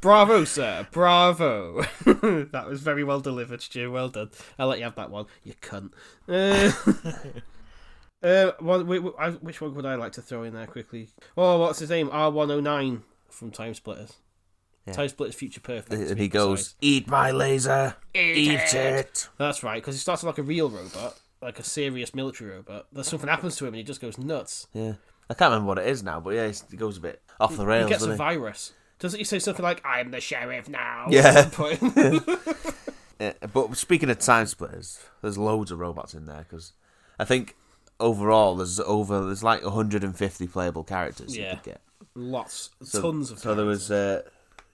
[SPEAKER 1] Bravo, sir. Bravo. that was very well delivered, Stu. Well done. I'll let you have that one. You cunt. Uh, uh, one, wait, wait, I- which one would I like to throw in there quickly? Oh, what's his name? R109 from Time Splitters. Time Splitters Future Perfect. to
[SPEAKER 6] And
[SPEAKER 1] be
[SPEAKER 6] he
[SPEAKER 1] precise.
[SPEAKER 6] goes, "Eat my laser, eat, it."
[SPEAKER 1] That's right, because he starts like a real robot, like a serious military robot, that something happens to him and he just goes nuts.
[SPEAKER 6] Yeah. I can't remember what it is now, but yeah, it's- it goes a bit off the rails,
[SPEAKER 1] he gets a
[SPEAKER 6] doesn't it?
[SPEAKER 1] virus. Doesn't he say something like, "I'm the sheriff now"?
[SPEAKER 6] Yeah.
[SPEAKER 1] at some point?
[SPEAKER 6] Yeah, but speaking of time splitters, there's loads of robots in there because I think overall there's over there's like 150 playable characters
[SPEAKER 1] Yeah.
[SPEAKER 6] you could get.
[SPEAKER 1] Lots, tons of.
[SPEAKER 6] So there was uh,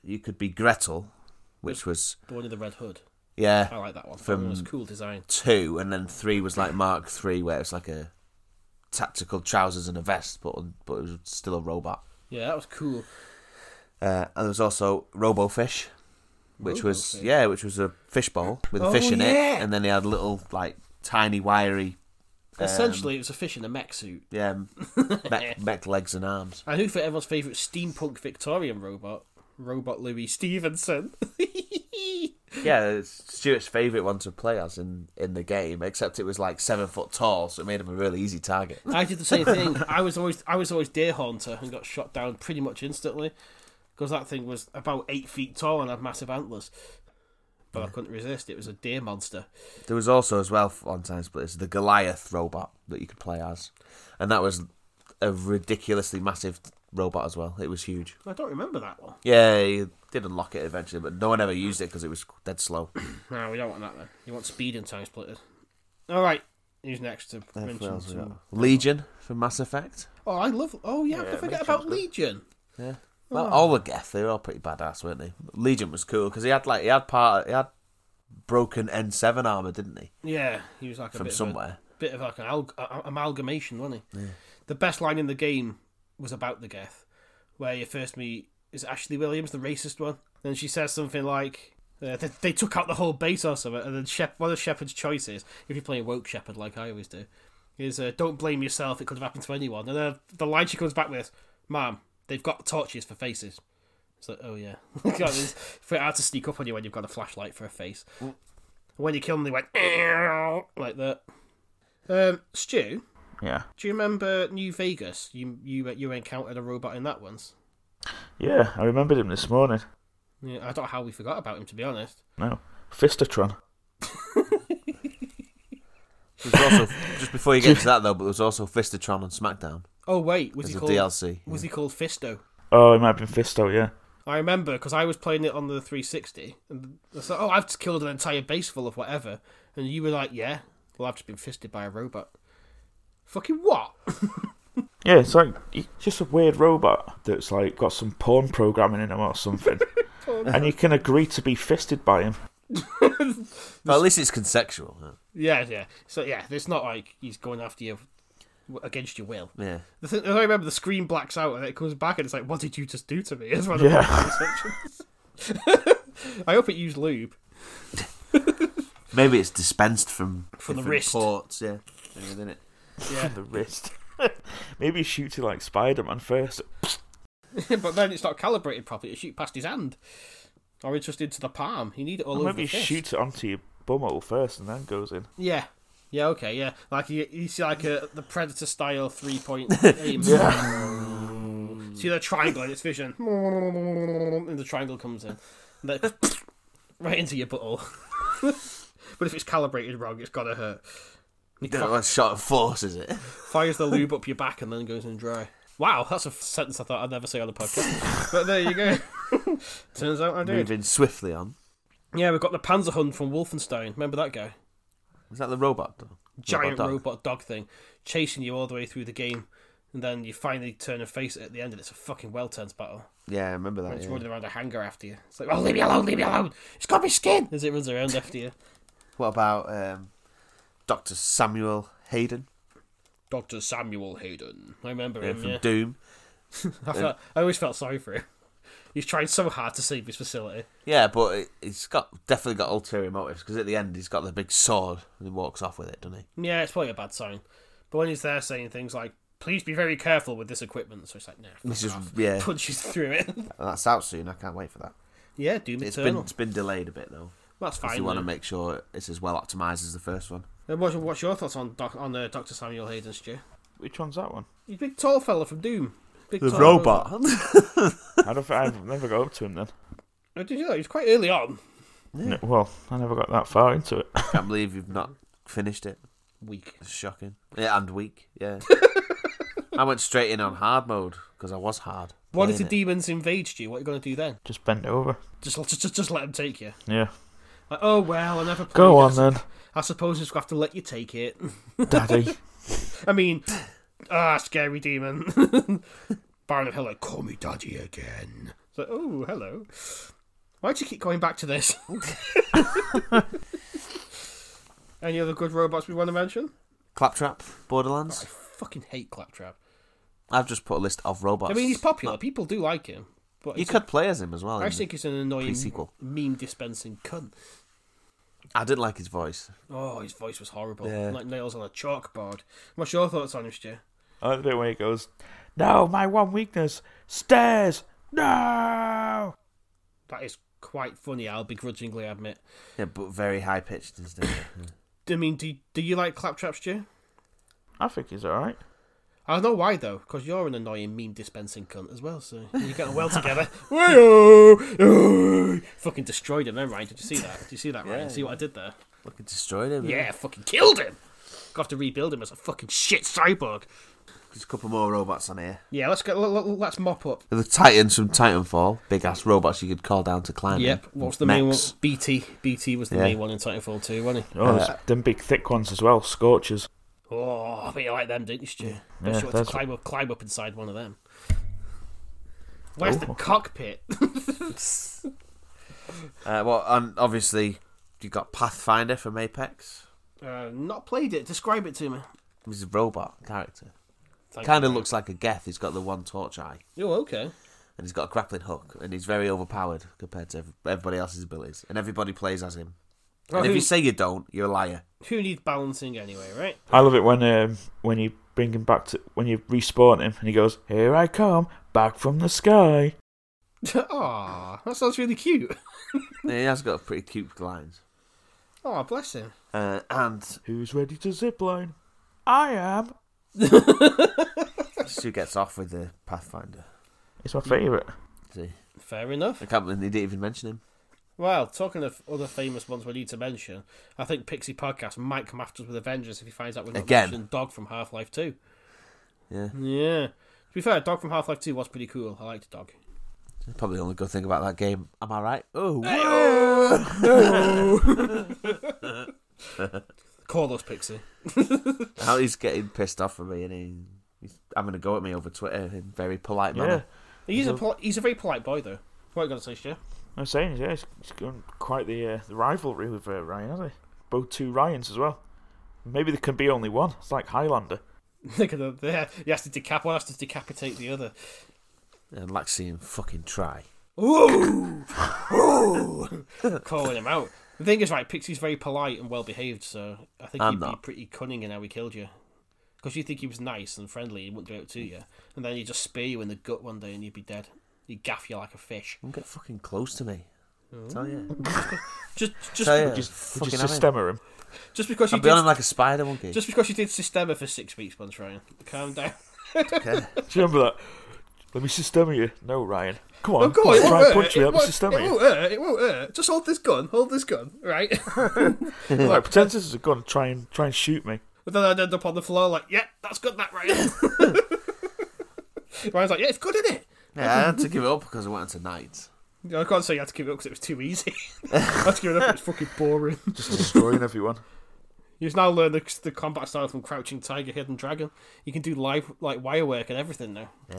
[SPEAKER 6] you could be Gretel, which was
[SPEAKER 1] the one in the red hood.
[SPEAKER 6] yeah
[SPEAKER 1] I like that one. That one was cool design.
[SPEAKER 6] two, and then three was like Mark three, where it's like a tactical trousers and a vest, but but it was still a robot.
[SPEAKER 1] Yeah, that was cool.
[SPEAKER 6] Um, Uh, and there was also Robofish, which was
[SPEAKER 1] Robofish?
[SPEAKER 6] yeah, which was a fishbowl with
[SPEAKER 1] Oh,
[SPEAKER 6] a fish in
[SPEAKER 1] yeah.
[SPEAKER 6] it, and then he had little like tiny wiry
[SPEAKER 1] Essentially, it was a fish in a mech suit.
[SPEAKER 6] yeah mech, mech legs and arms.
[SPEAKER 1] And who for everyone's favourite steampunk Victorian robot, Robot Louis Stevenson.
[SPEAKER 6] Yeah, it's Stuart's favourite one to play as in in the game, except it was like seven foot tall, so it made him a really easy target.
[SPEAKER 1] I did the same thing. I was always I was always deer hunter and got shot down pretty much instantly because that thing was about eight feet tall and had massive antlers. But I couldn't resist. It was a deer monster.
[SPEAKER 6] There was also, as well, on Time Splitters, the Goliath robot that you could play as, and that was a ridiculously massive robot as well. It was huge.
[SPEAKER 1] I don't remember that one.
[SPEAKER 6] Yeah, you did unlock it eventually, but no one ever used it because it was dead slow.
[SPEAKER 1] No, we don't want that then. You want speed and time splitters. All right, who's next to mention? Some...
[SPEAKER 6] Legion from Mass Effect.
[SPEAKER 1] Oh, I love. Oh yeah, I forget about Legion.
[SPEAKER 6] Yeah. Well,
[SPEAKER 1] Oh.
[SPEAKER 6] all the Geth, they were all pretty badass, weren't they? Legion was cool because he had like he had part he had broken N seven armor, didn't he?
[SPEAKER 1] Yeah, he was like a
[SPEAKER 6] From
[SPEAKER 1] bit Of
[SPEAKER 6] somewhere.
[SPEAKER 1] a, bit of like an al- a- amalgamation, wasn't he? The best line in the game was about the Geth, where you first meet is it Ashley Williams, the racist one, and she says something like. Uh, they, they took out the whole base or something, and then Shep, one of Shepard's choices, if you're playing woke Shepard like I always do, is uh, don't blame yourself. It could have happened to anyone. And then the line she comes back with, "Ma'am, they've got torches for faces." It's like, oh yeah, it's pretty hard to sneak up on you when you've got a flashlight for a face. When you kill them, they went "Eow," like that. Um, Stu,
[SPEAKER 3] Yeah.
[SPEAKER 1] do you remember New Vegas? You you you encountered a robot in that once.
[SPEAKER 3] Yeah, I remembered him this morning.
[SPEAKER 1] Yeah, I don't know how we forgot about him to be honest.
[SPEAKER 3] No. Fistatron.
[SPEAKER 6] There's also just before you get to that though, but there was also Fistatron on SmackDown
[SPEAKER 1] Oh wait, was
[SPEAKER 6] as
[SPEAKER 1] he
[SPEAKER 6] a
[SPEAKER 1] called?
[SPEAKER 6] DLC.
[SPEAKER 1] Was he called Fisto?
[SPEAKER 3] Oh, it might have been Fisto, yeah.
[SPEAKER 1] I remember because I was playing it on the 360, and I said, "Oh, I've just killed an entire base full of whatever," and you were like, "Yeah, well, I've just been fisted by a robot." Fucking what?
[SPEAKER 3] Yeah, it's like it's just a weird robot that's like got some porn programming in him or something. and you can agree to be fisted by him.
[SPEAKER 6] Well, at least it's consensual. huh?
[SPEAKER 1] Yeah, yeah. So yeah, it's not like he's going after you w- against your will.
[SPEAKER 6] Yeah.
[SPEAKER 1] The thing, I remember the screen blacks out and it comes back and it's like, "What did you just do to me?" It's one of the
[SPEAKER 3] Yeah.
[SPEAKER 1] I hope it used lube.
[SPEAKER 6] Maybe it's dispensed from
[SPEAKER 1] From the
[SPEAKER 6] different
[SPEAKER 1] wrist.
[SPEAKER 6] ports. Yeah. Maybe, isn't it?
[SPEAKER 1] Yeah,
[SPEAKER 3] the wrist. Maybe he shoots you like Spider Man first.
[SPEAKER 1] but then it's not calibrated properly. It shoot past his hand, or it's just into the palm. You need it all
[SPEAKER 3] Or
[SPEAKER 1] over
[SPEAKER 3] maybe
[SPEAKER 1] the
[SPEAKER 3] he
[SPEAKER 1] fist.
[SPEAKER 3] shoots it onto your bumhole first and then goes in.
[SPEAKER 1] Yeah, yeah, okay, yeah. Like you, you see, like a the predator style three point aim. yeah. See the triangle in its vision, and the triangle comes in, and then right into your butthole. but if it's calibrated wrong, it's gotta hurt. He
[SPEAKER 6] Don't know
[SPEAKER 1] fi-
[SPEAKER 6] what shot of force is it?
[SPEAKER 1] fires the lube up your back and then goes in dry. Wow, that's a sentence I thought I'd never say on a podcast. but there you go. Turns out I do.
[SPEAKER 6] Moving swiftly on.
[SPEAKER 1] Yeah, we've got the Panzerhund from Wolfenstein. Remember that guy?
[SPEAKER 6] Is that the robot? though?
[SPEAKER 1] Giant robot
[SPEAKER 6] dog?
[SPEAKER 1] dog. thing chasing you all the way through the game, and then you finally turn and face it at the end, and it's a fucking well tense battle.
[SPEAKER 6] Yeah, I remember that.
[SPEAKER 1] It's
[SPEAKER 6] yeah.
[SPEAKER 1] running around a hangar after you. It's like, oh, leave me alone, leave me alone. It's got me skin. As it runs around after you.
[SPEAKER 6] What about um, Doctor Samuel Hayden
[SPEAKER 1] Doctor Samuel Hayden. I remember
[SPEAKER 6] uh,
[SPEAKER 1] him.
[SPEAKER 6] from
[SPEAKER 1] Yeah.
[SPEAKER 6] Doom?
[SPEAKER 1] I, felt, I always felt sorry for him. He's trying so hard to save his facility.
[SPEAKER 6] Yeah, but it, it's got definitely got ulterior motives because at the end he's got the big sword and he walks off with it, doesn't he?
[SPEAKER 1] Yeah, it's probably a bad sign. But when he's there saying things like, please be very careful with this equipment, so it's like, nah, fuck
[SPEAKER 6] It's just
[SPEAKER 1] off.
[SPEAKER 6] yeah,
[SPEAKER 1] punches through it.
[SPEAKER 6] and that's out soon. I can't wait for that.
[SPEAKER 1] yeah, Doom
[SPEAKER 6] It's been
[SPEAKER 1] Eternal.
[SPEAKER 6] it's been delayed a bit though.
[SPEAKER 1] That's
[SPEAKER 6] If
[SPEAKER 1] fine.
[SPEAKER 6] you want to
[SPEAKER 1] though.
[SPEAKER 6] make sure it's as well optimized as the first one.
[SPEAKER 1] Uh, What's, what's your thoughts on doc, on uh, Doctor Samuel Hayden, Stu?
[SPEAKER 3] Which one's that one?
[SPEAKER 1] He's a big tall fella from Doom. Big tall
[SPEAKER 3] I don't think I've never got up to him then.
[SPEAKER 1] Oh, did you know? He was quite early on.
[SPEAKER 3] No, well, I never got that far into it.
[SPEAKER 6] can't believe you've not finished it.
[SPEAKER 1] weak.
[SPEAKER 6] Shocking. Yeah, and weak. Yeah. I went straight in on hard mode because I was hard.
[SPEAKER 1] What if
[SPEAKER 6] playing
[SPEAKER 1] the
[SPEAKER 6] it.
[SPEAKER 1] demons invaded you? What are you going to do then?
[SPEAKER 3] Just bend over.
[SPEAKER 1] Just, just, just, just let them take you.
[SPEAKER 3] Yeah.
[SPEAKER 1] Like, oh well, I never played.
[SPEAKER 3] Go
[SPEAKER 1] it.
[SPEAKER 3] on then,
[SPEAKER 1] I suppose just have to let you take it.
[SPEAKER 3] Daddy.
[SPEAKER 1] I mean, ah, scary demon. Baron of Hill, like, call me daddy again. So, oh, hello. Why do you keep going back to this? Any other good robots we want to mention?
[SPEAKER 6] Claptrap, Borderlands.
[SPEAKER 1] Fucking hate Claptrap.
[SPEAKER 6] I've just put a list of robots.
[SPEAKER 1] I mean, he's popular. People do like him. But
[SPEAKER 6] You
[SPEAKER 1] it's-
[SPEAKER 6] could play as him as well.
[SPEAKER 1] I
[SPEAKER 6] in
[SPEAKER 1] just think he's an annoying
[SPEAKER 6] pre-sequel.
[SPEAKER 1] meme dispensing cunt.
[SPEAKER 6] the- I didn't like his voice.
[SPEAKER 1] Oh, his voice was horrible.
[SPEAKER 6] Yeah.
[SPEAKER 1] Like nails on a chalkboard. What's your thoughts on him, Stu?
[SPEAKER 3] I like the bit where he goes, No, my one weakness, stairs. No.
[SPEAKER 1] That is quite funny, I'll begrudgingly admit.
[SPEAKER 6] Yeah, but very high pitched instead.
[SPEAKER 1] I mean, do, do you like Claptrap, Stu?
[SPEAKER 3] I think he's all right.
[SPEAKER 1] I don't know why though, because you're an annoying meme dispensing cunt as well. So you're getting well together. Wayo! fucking destroyed him, then, Ryan. Did you see that? Did you see that, Ryan? See what I did there?
[SPEAKER 6] Fucking destroyed him.
[SPEAKER 1] Yeah, fucking killed him. Got to rebuild him as a fucking shit cyborg.
[SPEAKER 6] There's a couple more robots on here.
[SPEAKER 1] Yeah, let's go. Let, let, us mop up.
[SPEAKER 6] The Titans from Titanfall, big ass robots you could call down to climb.
[SPEAKER 1] Yep.
[SPEAKER 6] in.
[SPEAKER 1] What's the main one?
[SPEAKER 6] Mechs.
[SPEAKER 1] BT. BT was the
[SPEAKER 6] Yeah.
[SPEAKER 1] main one in Titanfall 2, wasn't he?
[SPEAKER 3] Oh, there's them big thick ones as well, scorchers.
[SPEAKER 1] Oh, but you like them, didn't you, Stu? Bet
[SPEAKER 3] Yeah,
[SPEAKER 1] you had to
[SPEAKER 3] that's-
[SPEAKER 1] climb up, climb up inside one of them. Where's the cockpit?
[SPEAKER 6] Uh, well, and obviously you got Pathfinder from Apex.
[SPEAKER 1] Uh, not played it. Describe it to me.
[SPEAKER 6] He's a robot character.
[SPEAKER 1] Thank
[SPEAKER 6] Kind
[SPEAKER 1] you.
[SPEAKER 6] of looks like a Geth. He's got the one torch eye,
[SPEAKER 1] Oh, okay.
[SPEAKER 6] and he's got a grappling hook, and he's very overpowered compared to ev- everybody else's abilities. And everybody plays as him.
[SPEAKER 1] Well,
[SPEAKER 6] and if
[SPEAKER 1] who-
[SPEAKER 6] you say you don't, you're a liar.
[SPEAKER 1] who needs balancing anyway, right?
[SPEAKER 3] I love it when um, when you bring him back to when you respawn him and he goes, Here I come, back from the sky.
[SPEAKER 1] Aw, that sounds really cute.
[SPEAKER 6] he has got pretty cute lines.
[SPEAKER 1] Aw, bless him.
[SPEAKER 6] Uh, and
[SPEAKER 3] Who's ready to zipline? I am.
[SPEAKER 6] Stu gets off with the Pathfinder.
[SPEAKER 3] It's my favourite.
[SPEAKER 6] See,
[SPEAKER 1] Fair enough.
[SPEAKER 6] I can't believe they didn't even mention him.
[SPEAKER 1] Well, talking of other famous ones we need to mention, I think Pixie Podcast might come after us with a vengeance if he finds out we're not
[SPEAKER 6] Again.
[SPEAKER 1] mentioning Dog from Half Life 2.
[SPEAKER 6] Yeah,
[SPEAKER 1] Yeah. To be fair, Dog from Half Life 2 was pretty cool. I liked Dog.
[SPEAKER 6] probably the only good thing about that game. Am I right? Oh,
[SPEAKER 1] Call us Pixie.
[SPEAKER 6] Now he's getting pissed off at me and he, he's having a go at me over Twitter in very polite
[SPEAKER 3] Yeah.
[SPEAKER 6] manner.
[SPEAKER 1] He's a poli- he's a very polite boy, though. What are you going to say, Stu?
[SPEAKER 3] I'm saying, yeah, it's, it's gone quite the, uh, the rivalry with uh, Ryan, hasn't it? Both two Ryans as well. Maybe there can be only one. It's like Highlander.
[SPEAKER 1] Look at them. They- He has to decap one, has to decapitate the other.
[SPEAKER 6] And like seeing fucking try.
[SPEAKER 1] Ooh! Ooh! Calling him out. The thing is, right, Pixie's very polite and well behaved, so I think
[SPEAKER 6] I'm
[SPEAKER 1] he'd be
[SPEAKER 6] not.
[SPEAKER 1] pretty cunning in how he killed you. Because you think he was nice and friendly, he wouldn't do it to you. And then he'd just spear you in the gut one day and you'd be dead. He'd gaff you like a fish.
[SPEAKER 6] Don't get fucking close to me. Tell you.
[SPEAKER 1] Just just,
[SPEAKER 6] Tell you.
[SPEAKER 1] just,
[SPEAKER 3] Which
[SPEAKER 6] fucking
[SPEAKER 3] is
[SPEAKER 6] have him.
[SPEAKER 3] Systema him.
[SPEAKER 1] just because you
[SPEAKER 6] I'll be on him
[SPEAKER 1] did,
[SPEAKER 6] like a spider monkey.
[SPEAKER 1] just because you did Sistema for six weeks once, Ryan. Calm down.
[SPEAKER 6] Okay.
[SPEAKER 3] Do you remember that? Let me Systema you. No, Ryan. Come on.
[SPEAKER 1] Oh, God,
[SPEAKER 3] Try
[SPEAKER 1] it
[SPEAKER 3] and
[SPEAKER 1] won't hurt.
[SPEAKER 3] punch me.
[SPEAKER 1] It
[SPEAKER 3] Let me
[SPEAKER 1] won't-
[SPEAKER 3] Systema
[SPEAKER 1] it
[SPEAKER 3] you.
[SPEAKER 1] won't hurt. It won't hurt. Just hold this gun. Hold this gun, right?
[SPEAKER 3] Right, pretend this is a gun. Try and, try and shoot me.
[SPEAKER 1] But then I'd end up on the floor like, yeah, that's good, that Ryan. Ryan's like, yeah, it's good, isn't it?
[SPEAKER 6] Yeah, I had to give it up because I went on tonight.
[SPEAKER 1] You know, I can't say you had to give it up because it was too easy. I had to give it up, it's fucking boring.
[SPEAKER 3] Just destroying everyone.
[SPEAKER 1] You've now learned the, the combat style from Crouching Tiger, Hidden Dragon. You can do live, like, wire work and everything now. Yeah.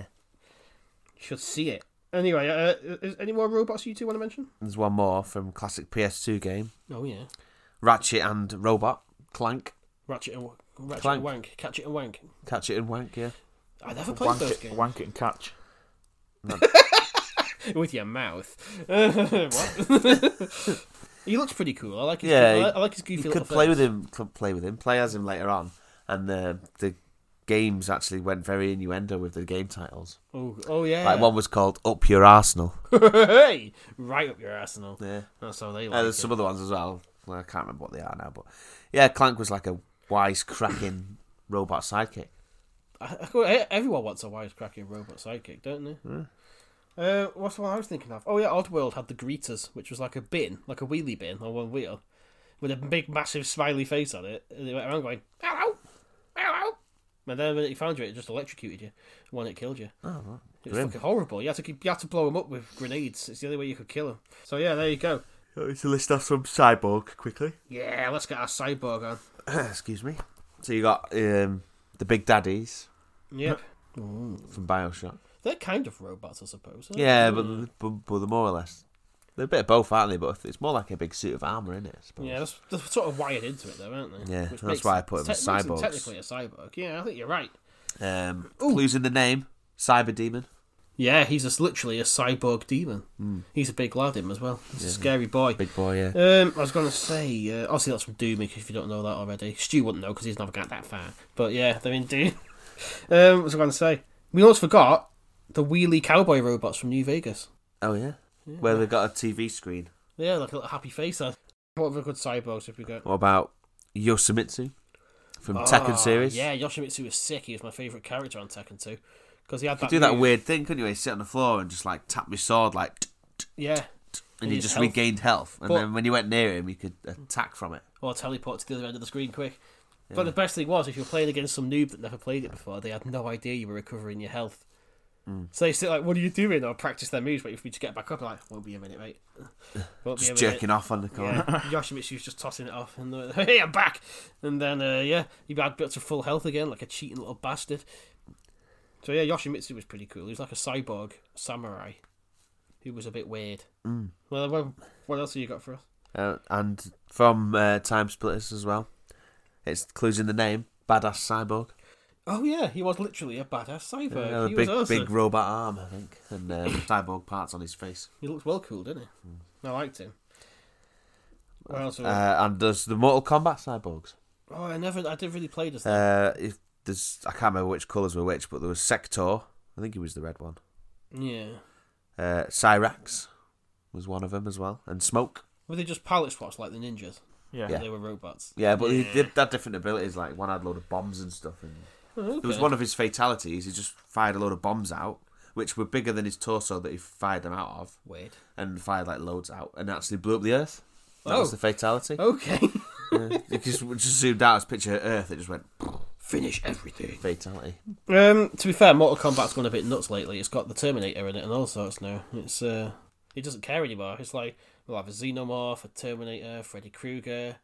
[SPEAKER 1] You should see it. Anyway, uh, is any more robots you two want to mention?
[SPEAKER 6] There's one more from classic PS2 game
[SPEAKER 1] Oh, yeah.
[SPEAKER 6] Ratchet and Robot. Clank.
[SPEAKER 1] Ratchet and, Ratchet
[SPEAKER 6] Clank.
[SPEAKER 1] and Wank. Catch it and Wank.
[SPEAKER 6] Catch it and wank, yeah.
[SPEAKER 1] I never played
[SPEAKER 3] Wank
[SPEAKER 1] those
[SPEAKER 3] it,
[SPEAKER 1] games.
[SPEAKER 3] wank it and catch.
[SPEAKER 1] With your mouth. what? he looks pretty cool. I like his,
[SPEAKER 6] Yeah,
[SPEAKER 1] I, like- I like his goofy
[SPEAKER 6] You
[SPEAKER 1] little
[SPEAKER 6] could play
[SPEAKER 1] face.
[SPEAKER 6] with him, could play with him, play as him later on. And uh, the games actually went very innuendo with the game titles.
[SPEAKER 1] Oh, oh yeah.
[SPEAKER 6] Like one was called Up Your Arsenal.
[SPEAKER 1] hey, right up your arsenal.
[SPEAKER 6] Yeah.
[SPEAKER 1] That's how they
[SPEAKER 6] Uh,
[SPEAKER 1] like it.
[SPEAKER 6] there's some other ones as well. Well, I can't remember what they are now, but yeah, Clank was like a wise cracking robot sidekick.
[SPEAKER 1] I- I go- e- everyone wants a wisecracking robot sidekick, don't they?
[SPEAKER 6] Hmm.
[SPEAKER 1] Uh, what's the one I was thinking of? Oh yeah, Oddworld had the greeters, which was like a bin, like a wheelie bin on one wheel. with a big, massive smiley face on it, and they went around going, hello, hello. And then when it found you, it just electrocuted you. The one that killed you. Oh, It was
[SPEAKER 6] Grim.
[SPEAKER 1] fucking horrible. You had, to keep, you had to blow them up with grenades. It's the only way you could kill them. So, yeah, there you go.
[SPEAKER 6] Let's Oh, list off some cyborg quickly.
[SPEAKER 1] Yeah, let's get our cyborg on.
[SPEAKER 6] Excuse me. So you got um, the Big Daddies
[SPEAKER 1] Yep.
[SPEAKER 6] from Bioshock.
[SPEAKER 1] They're kind of robots, I suppose. aren't
[SPEAKER 6] Yeah,
[SPEAKER 1] they?
[SPEAKER 6] but, but, but they're more or less. They're a bit of both, aren't they? But it's more like a big suit of armour, isn't it? I suppose.
[SPEAKER 1] Yeah, that's, they're sort of wired into it, though, aren't they?
[SPEAKER 6] Yeah, that's
[SPEAKER 1] makes-
[SPEAKER 6] why I put them as
[SPEAKER 1] makes
[SPEAKER 6] cyborgs.
[SPEAKER 1] Technically a cyborg. Yeah, I think you're right.
[SPEAKER 6] Um, losing the name, Cyber Demon.
[SPEAKER 1] Yeah, he's just literally a cyborg demon. He's a big lad, him as well. He's a scary boy.
[SPEAKER 6] Hmm. Big boy, yeah.
[SPEAKER 1] Um, I was going to say, uh, obviously that's from Doom, if you don't know that already. Stu wouldn't know because he's never got that far. But yeah, they're in Doom. um, what was I going to say? We almost forgot the wheelie cowboy robots from New Vegas.
[SPEAKER 6] Oh, yeah. Where they've got a TV screen.
[SPEAKER 1] Yeah, like a little happy face. on. What other good cyborgs have we got?
[SPEAKER 6] What about Yosemitsu from Tekken series?
[SPEAKER 1] Ah, Yeah, Yoshimitsu was sick. He was my favourite character on Tekken 2. Because he had that
[SPEAKER 6] Do that
[SPEAKER 1] move-
[SPEAKER 6] weird thing, couldn't you? where you sit on the floor and just like tap your sword, like, t-
[SPEAKER 1] Yeah.
[SPEAKER 6] and
[SPEAKER 1] He
[SPEAKER 6] you
[SPEAKER 1] needs
[SPEAKER 6] just
[SPEAKER 1] health.
[SPEAKER 6] regained health. And
[SPEAKER 1] But-
[SPEAKER 6] then when you went near him, you could attack from it.
[SPEAKER 1] or teleport to the other end of the screen quick. But the best thing was, if you were playing against some noob that never played it before, they had no idea you were recovering your health.
[SPEAKER 6] Mm.
[SPEAKER 1] So they sit like, "What are you doing?" Or practice their moves, waiting for you to get back up. Like, won't be a minute, mate. Won't
[SPEAKER 6] Just
[SPEAKER 1] be a minute.
[SPEAKER 6] jerking off on the corner.
[SPEAKER 1] Yeah, Yoshimitsu's just tossing it off, and they're like, hey, I'm back. And then, uh, yeah, he had bits of full health again, like a cheating little bastard. So yeah, Yoshimitsu was pretty cool. He was like a cyborg samurai, who was a bit weird. Well, what- what else have you got for us?
[SPEAKER 6] Uh, and from uh, Time Splitters as well. It's clues in the name, Badass Cyborg.
[SPEAKER 1] Oh yeah, he was literally a badass cyborg.
[SPEAKER 6] Yeah,
[SPEAKER 1] he
[SPEAKER 6] big,
[SPEAKER 1] was awesome.
[SPEAKER 6] big robot arm, I think, and um, cyborg parts on his face.
[SPEAKER 1] He looked well cool, didn't he? Mm. I liked him. What else? have we-
[SPEAKER 6] Uh, and there's the Mortal Kombat cyborgs.
[SPEAKER 1] oh, I never, I didn't really play this.
[SPEAKER 6] Uh, if there's, I can't remember which colours were which, but there was Sector. I think he was the red one.
[SPEAKER 1] yeah.
[SPEAKER 6] Uh, Cyrax was one of them as well, and Smoke.
[SPEAKER 1] Were they just palette swaps like the ninjas?
[SPEAKER 3] Yeah.
[SPEAKER 1] They were robots.
[SPEAKER 6] Yeah, but he did had different abilities. Like one had a load of bombs and stuff. And
[SPEAKER 1] Oh, Okay.
[SPEAKER 6] It was one of his fatalities. He just fired a load of bombs out, which were bigger than his torso that he fired them out of,
[SPEAKER 1] Weird.
[SPEAKER 6] and fired like loads out, and actually blew up the Earth. That
[SPEAKER 1] Oh.
[SPEAKER 6] was the fatality.
[SPEAKER 1] Okay.
[SPEAKER 6] It just, it just zoomed out as picture of Earth. It just went
[SPEAKER 1] Finish everything.
[SPEAKER 6] fatality.
[SPEAKER 1] Um, to be fair, Mortal Kombat's gone a bit nuts lately. It's got the Terminator in it and all sorts now. It's uh, it doesn't care anymore. It's like we'll have a Xenomorph, a Terminator, Freddy Krueger,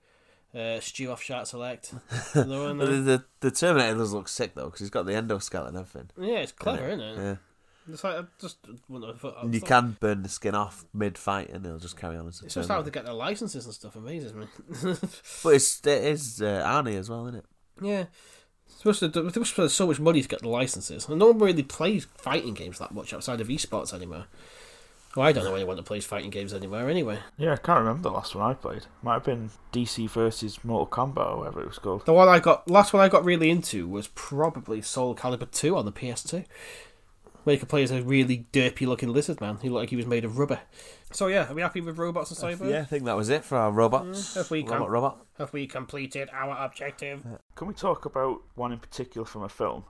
[SPEAKER 1] uh, Stew off Shark Select. Another one uh,
[SPEAKER 6] The,
[SPEAKER 1] there.
[SPEAKER 6] the, the Terminator does look sick though because he's got the endoskeleton and everything.
[SPEAKER 1] yeah, it's clever, isn't it?
[SPEAKER 6] Yeah.
[SPEAKER 1] It's like I just wonder if-
[SPEAKER 6] And you can burn the skin off mid fight and it'll just carry on as a
[SPEAKER 1] It's just how
[SPEAKER 6] Terminator.
[SPEAKER 1] they get their licenses and stuff amazes me.
[SPEAKER 6] But it's, it is uh, Arnie as well, isn't it?
[SPEAKER 1] yeah. Supposed to, they must spend so much money to get the licenses. And no one really plays fighting games that much outside of esports anymore. Well, I don't know anyone that plays fighting games anymore anyway.
[SPEAKER 3] Yeah, I can't remember the last one I played. Might have been DC versus Mortal Kombat or whatever it was called.
[SPEAKER 1] The one I got last one I got really into was probably Soul Calibur 2 on the PS2. Where you could play as a really derpy looking lizard man. He looked like he was made of rubber. So yeah, are we happy with robots and cyber?
[SPEAKER 6] Uh, Yeah, I think that was it for our robots.
[SPEAKER 1] Mm, if we can.
[SPEAKER 6] robot, robot.
[SPEAKER 1] Have we completed our objective?
[SPEAKER 3] Can we talk about one in particular from a film?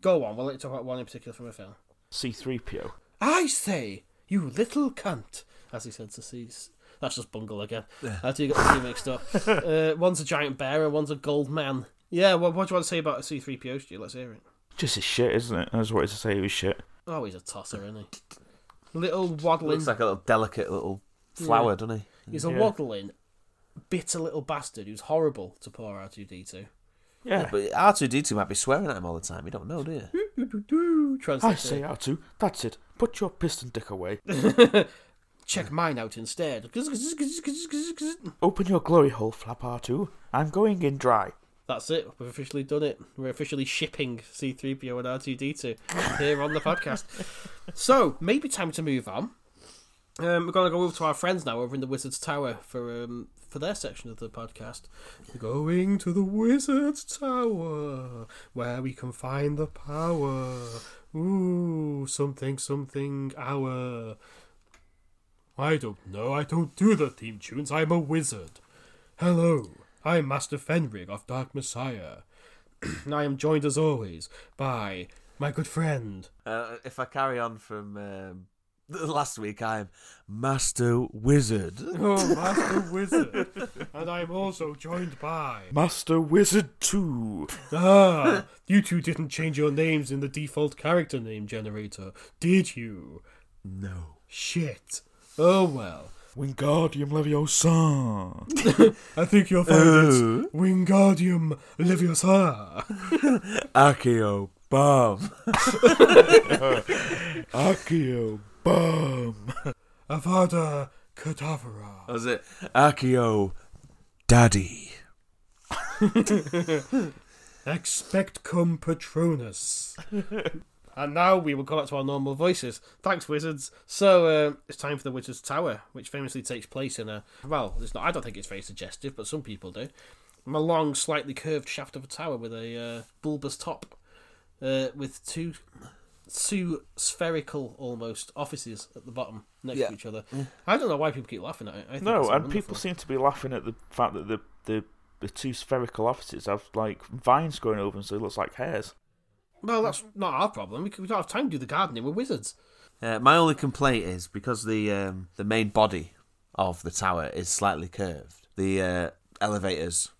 [SPEAKER 1] Go on, we'll let you talk about one in particular from a film.
[SPEAKER 3] C3PO.
[SPEAKER 1] I say, you little cunt, as he said to Cease. That's just bungle again. I do get the two mixed up. Uh, one's a giant bear and one's a gold man. Yeah, well, what do you want to say about C3PO, Stu? Let's hear it.
[SPEAKER 3] Just is shit, isn't it? I just wanted to say it was shit.
[SPEAKER 1] Oh, he's a tosser, isn't he? Little waddling.
[SPEAKER 6] Looks like a little delicate little flower, doesn't he?
[SPEAKER 1] he's a
[SPEAKER 3] Yeah.
[SPEAKER 1] waddling, bitter little bastard who's horrible to poor R2D2.
[SPEAKER 3] Yeah.
[SPEAKER 6] But R two D two might be swearing at him all the time. You don't know, do you?
[SPEAKER 3] I
[SPEAKER 1] Translation.
[SPEAKER 3] say R2, that's it. Put your piston dick away.
[SPEAKER 1] Check mine out instead.
[SPEAKER 3] Open your glory hole, flap R2. I'm going in dry.
[SPEAKER 1] That's it. We've officially done it. We're officially shipping C3PO and R2D2 here on the podcast. So, maybe time to move on. Um, we're going to go over to our friends now over in the Wizard's Tower for um, for their section of the podcast. Going to the Wizard's Tower, where we can find the power. Ooh, something, something, hour. I don't know. I don't do the theme tunes. I'm a wizard. Hello, I'm Master Fenrig of Dark Messiah, and I am joined as always by my good friend.
[SPEAKER 6] Uh, if I carry on from um, last week, I'm Master Wizard.
[SPEAKER 1] Oh, Master Wizard. And I'm also joined by.
[SPEAKER 3] Master Wizard 2.
[SPEAKER 1] Ah, you two didn't change your names in the default character name generator, did you?
[SPEAKER 6] No.
[SPEAKER 1] Shit. Oh well.
[SPEAKER 3] Wingardium Leviosa.
[SPEAKER 1] I think you'll find
[SPEAKER 6] Uh.
[SPEAKER 1] it's Wingardium Leviosa.
[SPEAKER 6] Akio Bomb.
[SPEAKER 3] Accio Bum.
[SPEAKER 1] Avada Kedavra.
[SPEAKER 6] Was it Akio Daddy?
[SPEAKER 1] Expect cum patronus. and now we will go back to our normal voices. Thanks, wizards. So uh, it's time for the Wizard's Tower, which famously takes place in a well, it's not. I don't think it's very suggestive, but some people do. A long, slightly curved shaft of a tower with a uh, bulbous top, uh, with two two spherical almost offices at the bottom next
[SPEAKER 6] Yeah.
[SPEAKER 1] to each other. I don't know why people keep laughing at it. I think
[SPEAKER 3] No,
[SPEAKER 1] it's
[SPEAKER 3] and
[SPEAKER 1] wonderful.
[SPEAKER 3] people seem to be laughing at the fact that the, the, the two spherical offices have like vines growing over them, so it looks like hairs.
[SPEAKER 1] Well, that's not our problem. We c- we don't have time to do the gardening. We're wizards.
[SPEAKER 6] Uh, my only complaint is because the um, the main body of the tower is slightly curved. The uh, elevators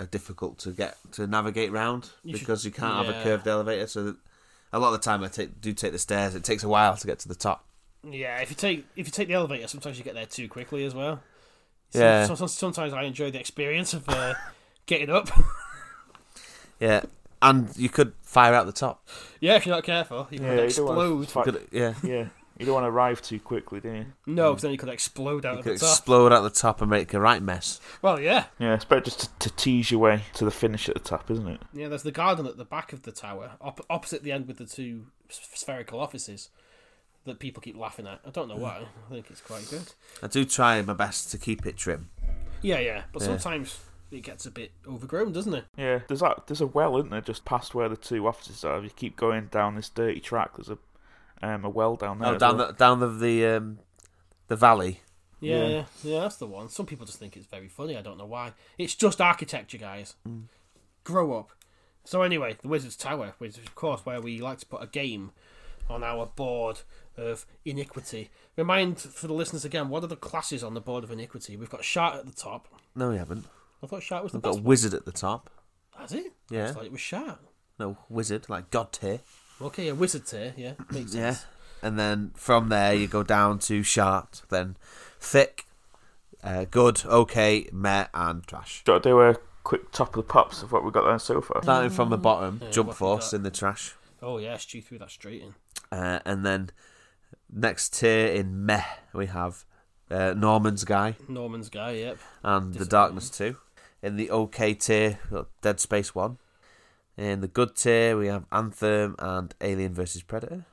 [SPEAKER 6] are difficult to get to navigate round
[SPEAKER 1] should-
[SPEAKER 6] because you can't have
[SPEAKER 1] yeah.
[SPEAKER 6] a curved elevator. So that a lot of the time, I take, do take the stairs. It takes a while to get to the top.
[SPEAKER 1] Yeah, if you take if you take the elevator, sometimes you get there too quickly as well. So-
[SPEAKER 6] Yeah.
[SPEAKER 1] so- so- sometimes I enjoy the experience of uh, getting up.
[SPEAKER 6] Yeah, and you could fire out the top.
[SPEAKER 1] yeah, if you're not careful, you could
[SPEAKER 3] Yeah, you don't wanna
[SPEAKER 1] explode.
[SPEAKER 3] fight-
[SPEAKER 6] Could- yeah,
[SPEAKER 3] yeah, you don't want to arrive too quickly, do you?
[SPEAKER 1] No, because then you could explode out
[SPEAKER 6] you
[SPEAKER 1] of
[SPEAKER 6] could
[SPEAKER 1] the top.
[SPEAKER 6] explode out the top and make a right mess.
[SPEAKER 1] well, yeah,
[SPEAKER 3] Yeah, it's better just to, to tease your way to the finish at the top, isn't it?
[SPEAKER 1] yeah. There's the garden at the back of the tower, op- opposite the end with the two s- spherical offices that people keep laughing at. I don't know why. I think it's quite good.
[SPEAKER 6] I do try my best to keep it trim.
[SPEAKER 1] Yeah, yeah, but sometimes it gets a bit overgrown, doesn't it?
[SPEAKER 3] Yeah, there's that. There's a well, isn't there? Just past where the two offices are. If you keep going down this dirty track, there's a um, a well down there.
[SPEAKER 6] Oh,
[SPEAKER 3] as
[SPEAKER 6] down
[SPEAKER 3] well.
[SPEAKER 6] the down the the, um, the valley.
[SPEAKER 1] Yeah,
[SPEAKER 3] Yeah.
[SPEAKER 1] yeah, yeah, that's the one. Some people just think it's very funny. I don't know why. It's just architecture, guys.
[SPEAKER 6] Mm.
[SPEAKER 1] Grow up. So anyway, the Wizard's Tower, which is of course where we like to put a game on our board of iniquity. Remind for the listeners again, what are the classes on the board of iniquity? We've got Shart at the top.
[SPEAKER 6] No, we haven't.
[SPEAKER 1] I thought Shart was the
[SPEAKER 6] We've got
[SPEAKER 1] best.
[SPEAKER 6] a wizard at the top.
[SPEAKER 1] Has it?
[SPEAKER 6] Yeah.
[SPEAKER 1] I thought it was Shart.
[SPEAKER 6] No, wizard, like god tier.
[SPEAKER 1] Okay, a wizard tier, yeah, makes sense.
[SPEAKER 6] Yeah. And then from there, you go down to sharp, then thick, uh, good, okay, meh, and trash.
[SPEAKER 3] Got to do a quick top of the pops of what we've got there so far.
[SPEAKER 6] Starting from the bottom, jump
[SPEAKER 1] what we
[SPEAKER 6] force
[SPEAKER 1] got?
[SPEAKER 6] in Mm. the trash.
[SPEAKER 1] Oh yeah, Stu threw that straight in.
[SPEAKER 6] Uh, and then next tier in meh, we have uh, Norman's Guy
[SPEAKER 1] Norman's guy, yep.
[SPEAKER 6] and The Darkness 2. In the okay tier, we've got Dead Space 1. In the good tier, we have Anthem and Alien vs. Predator.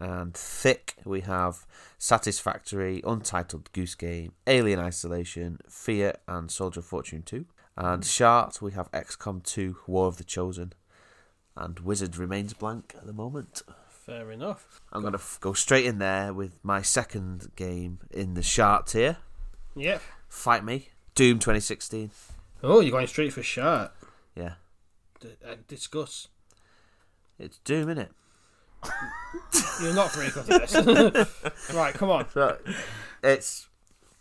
[SPEAKER 6] And thick, we have Satisfactory, Untitled Goose Game, Alien Isolation, Fear, and Soldier of Fortune 2. And sharp, we have XCOM 2, War of the Chosen. And Wizard remains blank at the moment.
[SPEAKER 1] Fair enough.
[SPEAKER 6] I'm going to f- go straight in there with my second game in the sharp tier.
[SPEAKER 1] Yep.
[SPEAKER 6] Fight Me, Doom 2016.
[SPEAKER 1] Oh, you're going straight for Shart.
[SPEAKER 6] Yeah,
[SPEAKER 1] D- uh, discuss.
[SPEAKER 6] it's Doom, innit?
[SPEAKER 1] You're not very good at this. right, come on.
[SPEAKER 6] So it's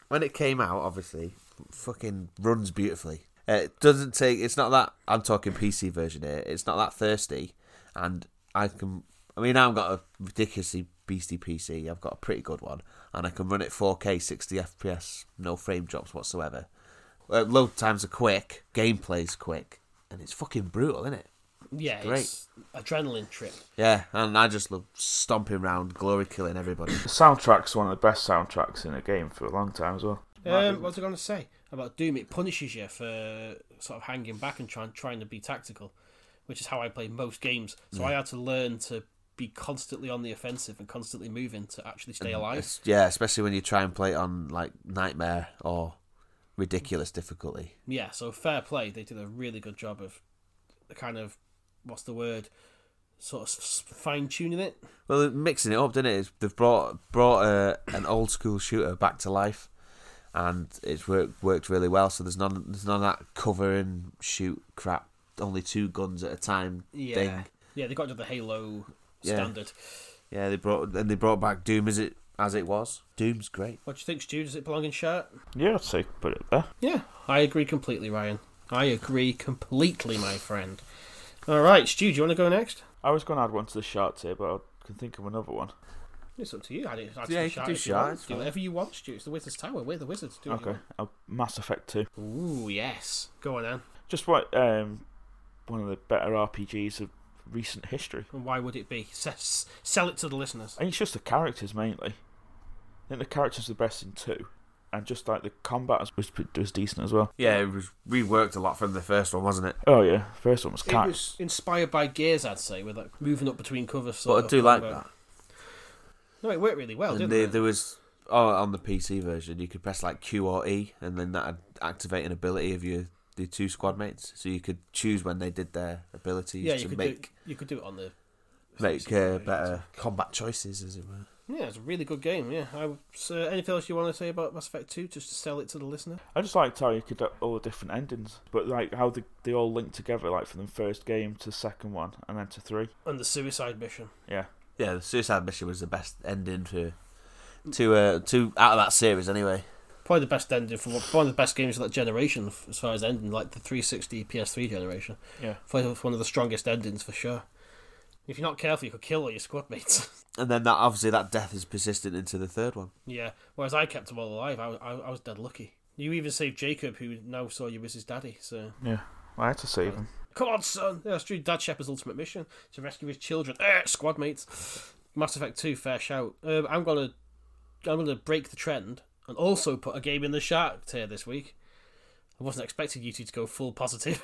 [SPEAKER 6] when it came out, obviously, fucking runs beautifully. Uh, It doesn't take. It's not that I'm talking PC version here. It's not that thirsty, and I can. I mean, I've got a ridiculously beastie PC. I've got a pretty good one, and I can run it 4K, 60 FPS, no frame drops whatsoever. Uh, load times are quick, gameplay's quick, and it's fucking brutal, isn't it?
[SPEAKER 1] Yeah,
[SPEAKER 6] Great.
[SPEAKER 1] it's adrenaline trip.
[SPEAKER 6] Yeah, and I just love stomping round, glory killing everybody.
[SPEAKER 3] The soundtrack's one of the best soundtracks in a game for a long time as well.
[SPEAKER 1] Um, what was I going to say about Doom? It punishes you for sort of hanging back and trying trying to be tactical, which is how I play most games. So I had to learn to be constantly on the offensive and constantly moving to actually stay alive.
[SPEAKER 6] Es- Yeah, especially when you try and play it on like nightmare or ridiculous difficulty.
[SPEAKER 1] Yeah, so fair play. They did a really good job of the kind of what's the word, sort of fine tuning it.
[SPEAKER 6] Well, they're mixing it up, didn't it? It's- They've brought brought uh, an old school shooter back to life, and it's worked worked really well. So there's none there's none of that cover and shoot crap. Only two guns at a time
[SPEAKER 1] Yeah,
[SPEAKER 6] thing.
[SPEAKER 1] yeah, they got to the Halo
[SPEAKER 6] Yeah.
[SPEAKER 1] standard.
[SPEAKER 6] Yeah, they brought and they brought back Doom. Is it as it was. Doom's great.
[SPEAKER 1] What do you think, Stu? Does it belong in shirt?
[SPEAKER 3] Yeah, I'd say put it there.
[SPEAKER 1] Yeah, I agree completely, Ryan. I agree completely, my friend. All right, Stu, do you want to go next?
[SPEAKER 3] I was going to add one to the shark tier, but I can think of another one.
[SPEAKER 1] It's up to you. I did, I
[SPEAKER 6] Yeah, you can do Shard, it's
[SPEAKER 1] Do
[SPEAKER 6] fine.
[SPEAKER 1] whatever you want, Stu. It's the Wizard's Tower. We're the Wizards. Do what you
[SPEAKER 3] Okay, uh, Mass Effect 2.
[SPEAKER 1] want. Ooh, yes. Go on, then.
[SPEAKER 3] Just what um, one of the better RPGs of recent history.
[SPEAKER 1] And why would it be? S- Sell it to the listeners.
[SPEAKER 3] I think it's just the characters mainly. I think the characters are the best in two, and just like the combat was was decent as well.
[SPEAKER 6] Yeah, it was reworked a lot from the first one, wasn't it?
[SPEAKER 3] Oh yeah, first one was
[SPEAKER 1] It
[SPEAKER 3] cat.
[SPEAKER 1] was inspired by Gears, I'd say, with like moving up between covers. sort
[SPEAKER 6] But I
[SPEAKER 1] of
[SPEAKER 6] do like
[SPEAKER 1] combo.
[SPEAKER 6] that.
[SPEAKER 1] No, it worked really well,
[SPEAKER 6] and
[SPEAKER 1] didn't
[SPEAKER 6] there,
[SPEAKER 1] it?
[SPEAKER 6] there was oh on the PC version you could press like Q or E and then that'd activate an ability of your the two squad mates. So you could choose when they did their abilities
[SPEAKER 1] yeah, you
[SPEAKER 6] to
[SPEAKER 1] could
[SPEAKER 6] make
[SPEAKER 1] do. You could do it on the.
[SPEAKER 6] make uh, better combat choices as it were.
[SPEAKER 1] Yeah, it's a really good game. Yeah. I, would- so anything else you want to say about Mass Effect Two? Just to sell it to the listener.
[SPEAKER 3] I just liked how you could do all the different endings, but like how they, they all linked together, like from the first game to the second one, and then to three.
[SPEAKER 1] And the suicide mission.
[SPEAKER 3] Yeah,
[SPEAKER 6] Yeah, the suicide mission was the best ending to
[SPEAKER 1] Mm.
[SPEAKER 6] to uh to out of that series anyway.
[SPEAKER 1] Probably the best ending for one of the best games of that generation, f- as far as ending, like the 360 PS3 generation.
[SPEAKER 3] yeah.
[SPEAKER 1] Probably one of the strongest endings for sure. If you're not careful, you could kill all your squad mates.
[SPEAKER 6] And then that obviously that death is persistent into the third one.
[SPEAKER 1] yeah, whereas I kept them all alive. I, was- I, I was dead lucky. You even saved Jacob, who now saw you as his daddy. So
[SPEAKER 3] I had to save him.
[SPEAKER 1] come on, son. Yeah, That's true. Dad Shepard's ultimate mission to rescue his children. Eh, squad mates. Mass Effect Two, fair shout. Um, I'm gonna, I'm gonna break the trend and also put a game in the shark tier this week. I wasn't expecting you two to go full positive.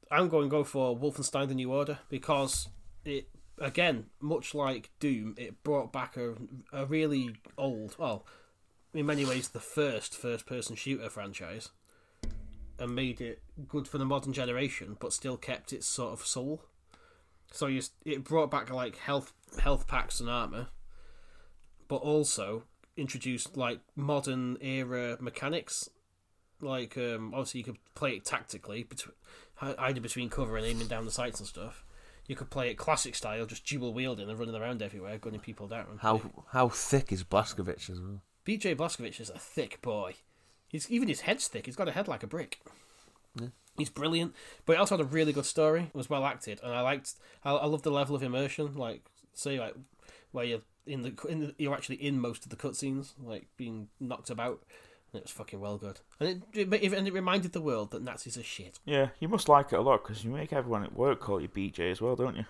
[SPEAKER 1] I'm going to go for Wolfenstein: The New Order because it, again, much like Doom, it brought back a, a really old, well, in many ways, the first first-person shooter franchise, and made it good for the modern generation, but still kept its sort of soul. So you, it brought back like health health packs and armor, but also introduced like modern era mechanics. Like um, obviously you could play it tactically, betw- hi- either between cover and aiming down the sights and stuff. You could play it classic style, just dual wielding and running around everywhere, gunning people down.
[SPEAKER 6] How how thick is Blaskovich as well?
[SPEAKER 1] BJ Blazkowicz is a thick boy. He's even his head's thick. He's got a head like a brick. He's brilliant, but he also had a really good story. It was well acted, and I liked. I, I love the level of immersion. Like, say, like where you're in the, in the you're actually in most of the cutscenes, like being knocked about. And it was fucking well good, and it, it and it reminded the world that Nazis are shit.
[SPEAKER 3] Yeah, you must like it a lot because you make everyone at work call you BJ as well, don't you?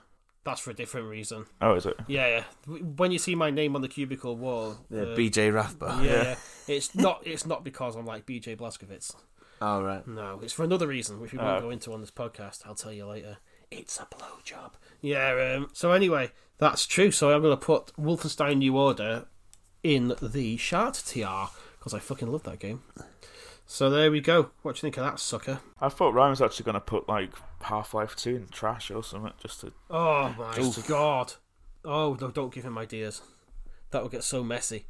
[SPEAKER 1] That's for a different reason.
[SPEAKER 3] Oh, is it?
[SPEAKER 1] Yeah, yeah. W- When you see my name on the cubicle wall,
[SPEAKER 6] Yeah,
[SPEAKER 1] uh,
[SPEAKER 6] BJ Rathbone.
[SPEAKER 1] yeah, yeah, it's not it's not because I'm like BJ Blazkowicz.
[SPEAKER 6] All right.
[SPEAKER 1] No, it's for another reason, which we won't
[SPEAKER 3] Oh.
[SPEAKER 1] go into on this podcast. I'll tell you later. It's a blowjob. Yeah. Um, so anyway, that's true. So I'm going to put Wolfenstein New Order in the Shard TR because I fucking love that game. So there we go. What do you think of that sucker?
[SPEAKER 3] I thought Ryan was actually going to put like Half Life Two in trash or something just to
[SPEAKER 1] Oh my god. Oh no! Don't give him ideas. That will get so messy.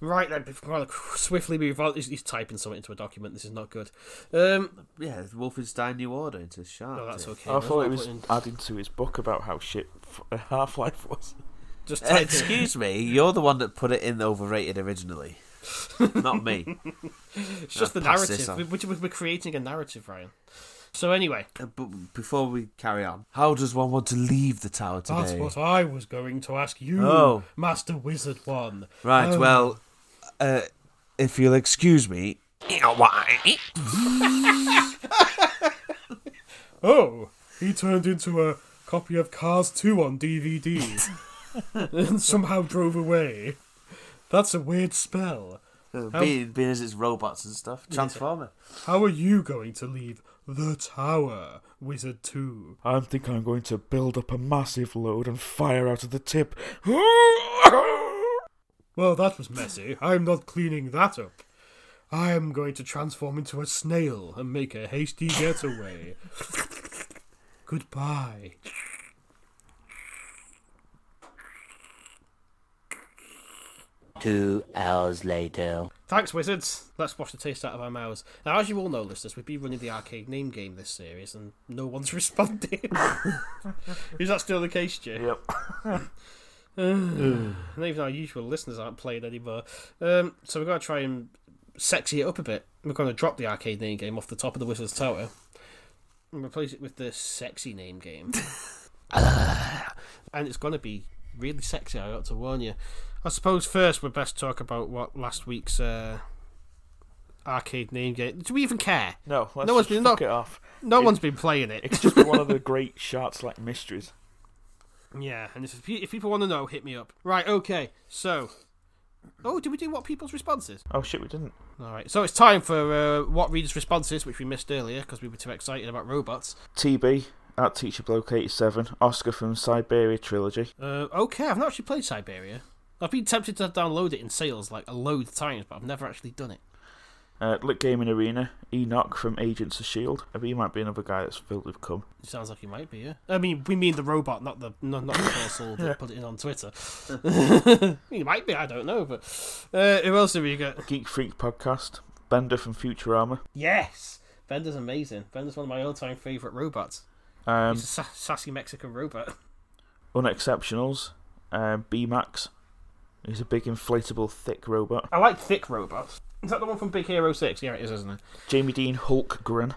[SPEAKER 1] Right then, before I swiftly move on. He's, he's typing something into a document. This is not good. Um,
[SPEAKER 6] Yeah, Wolfenstein New Order into the shark.
[SPEAKER 1] no, Oh, that's
[SPEAKER 6] tier.
[SPEAKER 1] okay.
[SPEAKER 3] I
[SPEAKER 1] That's what
[SPEAKER 3] thought
[SPEAKER 1] I
[SPEAKER 3] it
[SPEAKER 1] put
[SPEAKER 3] was
[SPEAKER 1] in.
[SPEAKER 3] adding to his book about how shit f- Half Life was.
[SPEAKER 1] just
[SPEAKER 6] Uh,
[SPEAKER 1] type it.
[SPEAKER 6] Excuse me, you're the one that put it in overrated originally, not me.
[SPEAKER 1] It's just the
[SPEAKER 6] I'll pass this
[SPEAKER 1] narrative.
[SPEAKER 6] on.
[SPEAKER 1] We, we, we're creating a narrative, Ryan. So anyway,
[SPEAKER 6] Uh, But before we carry on, how does one want to leave the tower
[SPEAKER 1] Oh, that's
[SPEAKER 6] today?
[SPEAKER 1] what I was going to ask you,
[SPEAKER 6] Oh.
[SPEAKER 1] Master Wizard One.
[SPEAKER 6] Right,
[SPEAKER 1] Oh.
[SPEAKER 6] well, uh, if you'll excuse me,
[SPEAKER 1] Oh, he turned into a copy of Cars Two on DVD, and somehow drove away. That's a weird spell.
[SPEAKER 6] uh, being, being as it's robots and stuff, Transformer.
[SPEAKER 1] How are you going to leave the tower, Wizard Two?
[SPEAKER 3] I think I'm going to build up a massive load and fire out of the tip.
[SPEAKER 1] Well, that was messy. I'm not cleaning that up. I'm going to transform into a snail and make a hasty getaway. Goodbye.
[SPEAKER 7] Two hours later.
[SPEAKER 1] Thanks, wizards. Let's wash the taste out of our mouths. Now, as you all know, listeners, we've been running the arcade name game this series, and no one's responding. Is that still the case, Jay?
[SPEAKER 3] Yep.
[SPEAKER 1] And even our usual listeners aren't playing anymore. Um, so we've got to try and sexy it up a bit. We're going to drop the arcade name game off the top of the Wizard's Tower and replace it with the sexy name game. and it's going to be really sexy, I ought to warn you. I suppose first we'd best talk about what last week's uh, arcade name game. Do we even care?
[SPEAKER 3] No, let's
[SPEAKER 1] No one's
[SPEAKER 3] just
[SPEAKER 1] been-
[SPEAKER 3] fuck
[SPEAKER 1] no-
[SPEAKER 3] it off.
[SPEAKER 1] No
[SPEAKER 3] It-
[SPEAKER 1] one's been playing it.
[SPEAKER 3] It could just be one of the great Shark Select mysteries.
[SPEAKER 1] Yeah, and if, if people want to know, hit me up. Right, okay, so. Oh, did we do what people's responses?
[SPEAKER 3] Oh shit, we didn't.
[SPEAKER 1] All right, so it's time for uh, what readers' responses, which we missed earlier because we were too excited about robots.
[SPEAKER 3] TB at Teacher Bloke 87, Oscar from Siberia Trilogy.
[SPEAKER 1] Uh, okay, I've not actually played Siberia. I've been tempted to download it in sales like a load of times, but I've never actually done it.
[SPEAKER 3] Uh, Lit Gaming Arena, Enoch from Agents of S.H.I.E.L.D. I E mean, Uh, he might be another guy that's filled with cum.
[SPEAKER 1] It sounds like you might be. Yeah, I mean, we mean the robot, not the not, not the person that put it in on Twitter. you might be, I don't know, but uh, who else have we got?
[SPEAKER 3] Geek Freak Podcast, Bender from Futurama.
[SPEAKER 1] Yes, Bender's amazing. Bender's one of my all-time favorite robots.
[SPEAKER 3] Um,
[SPEAKER 1] He's a sa- sassy Mexican robot.
[SPEAKER 3] Unexceptionals, uh, B-Max. He's a big inflatable thick robot.
[SPEAKER 1] I like thick robots. Is that the one from Big Hero Six? Yeah, it is, isn't it?
[SPEAKER 3] Jamie Dean Hulk Grin.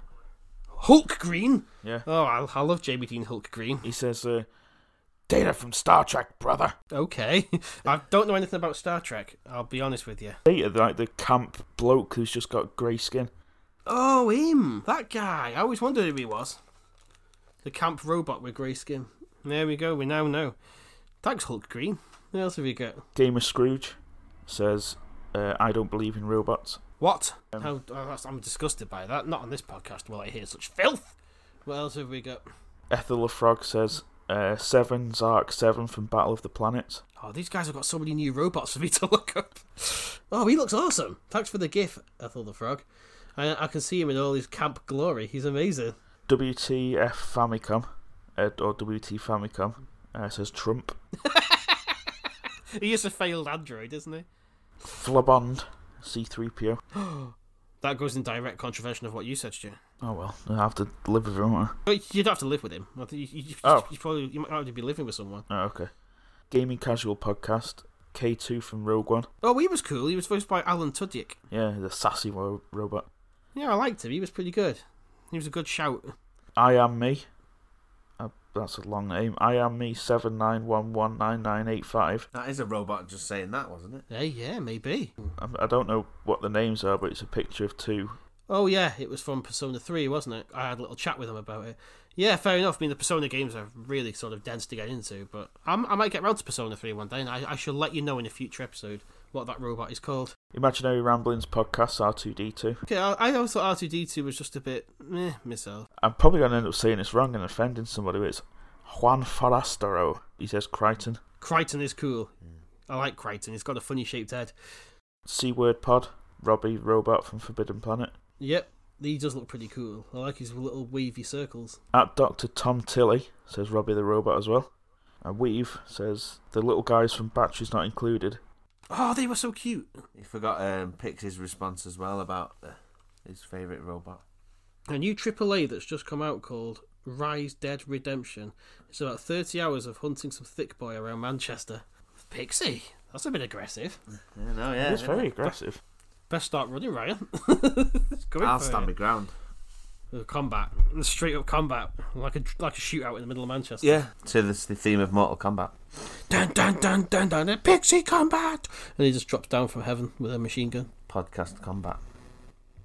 [SPEAKER 1] Hulk Green.
[SPEAKER 3] Yeah.
[SPEAKER 1] Oh, I, I love Jamie Dean Hulk Green.
[SPEAKER 3] He says, uh, Data from Star Trek, brother.
[SPEAKER 1] Okay, I don't know anything about Star Trek. I'll be honest with you.
[SPEAKER 3] Data, like the camp bloke who's just got grey skin.
[SPEAKER 1] Oh, him! That guy. I always wondered who he was. The camp robot with grey skin. There we go. We now know. Thanks, Hulk Green. What else have you got?
[SPEAKER 3] Gamer Scrooge says, uh, I don't believe in robots.
[SPEAKER 1] What? How, oh, that's, I'm disgusted by that. Not on this podcast will I hear such filth. What else have we got?
[SPEAKER 3] Ethel the Frog says, uh, Seven, Zark Seven from Battle of the Planets.
[SPEAKER 1] Oh, these guys have got so many new robots for me to look up. Oh, he looks awesome. Thanks for the gif, Ethel the Frog. I, I can see him in all his camp glory. He's amazing.
[SPEAKER 3] WTF Famicom, uh, or WT Famicom, uh, says Trump.
[SPEAKER 1] He is a failed android, isn't he?
[SPEAKER 3] Flabond, C3PO.
[SPEAKER 1] That goes in direct contravention of what you said, Stu.
[SPEAKER 3] Oh well, I have to live with him. won't
[SPEAKER 1] But you'd have to live with him. I think you, you,
[SPEAKER 3] Oh.
[SPEAKER 1] you probably you might already be living with someone.
[SPEAKER 3] I? Oh, okay. Gaming Casual Podcast, K2 from Rogue One.
[SPEAKER 1] Oh, he was cool. He was voiced by Alan Tudyk.
[SPEAKER 3] Yeah, the sassy wo- robot.
[SPEAKER 1] Yeah, I liked him. He was pretty good. He was a good shout.
[SPEAKER 3] I am me. Uh, that's a long name. I am me seven nine one one nine nine eight five.
[SPEAKER 6] That is a robot just saying that, wasn't it?
[SPEAKER 1] Hey, yeah, maybe.
[SPEAKER 3] I'm- Um, I don't know what the names are, but it's a picture of two.
[SPEAKER 1] Oh yeah, it was from Persona Three, wasn't it? I had a little chat with him about it. Yeah, fair enough. I mean, the Persona games are really sort of dense to get into, but I'm, I might get round to Persona Three one day, and I, I shall let you know in a future episode what that robot is called.
[SPEAKER 3] Imaginary Ramblings Podcast R two D two.
[SPEAKER 1] Okay, I, I always thought R two D two was just a bit meh myself.
[SPEAKER 3] I'm probably gonna end up saying this wrong and offending somebody. But it's Juan Forastero. He says Crichton.
[SPEAKER 1] Crichton is cool. I like Crichton. He's got a funny shaped head.
[SPEAKER 3] C word pod. Robbie Robot from Forbidden Planet.
[SPEAKER 1] Yep, he does look pretty cool. I like his little wavy circles.
[SPEAKER 3] At Doctor Tom Tilly says Robbie the Robot as well. And Weave says the little guys from Batteries Not Included.
[SPEAKER 1] Oh, they were so cute.
[SPEAKER 6] You forgot um, Pixie's response as well about uh, his favourite robot.
[SPEAKER 1] a new AAA that's just come out called Rise Dead Redemption. It's about 30 hours of hunting some thick boy around Manchester. Pixie, that's a bit aggressive.
[SPEAKER 6] Yeah, no, yeah.
[SPEAKER 3] It's very aggressive.
[SPEAKER 1] Best start running, Ryan.
[SPEAKER 6] I'll stand my ground.
[SPEAKER 1] The combat, the straight up combat, like a like a shootout in the middle of Manchester.
[SPEAKER 6] Yeah. To this, the theme of Mortal Kombat.
[SPEAKER 1] Dun dun dun dun dun. uh, Pixie combat, and he just drops down from heaven with a machine gun.
[SPEAKER 6] Podcast combat.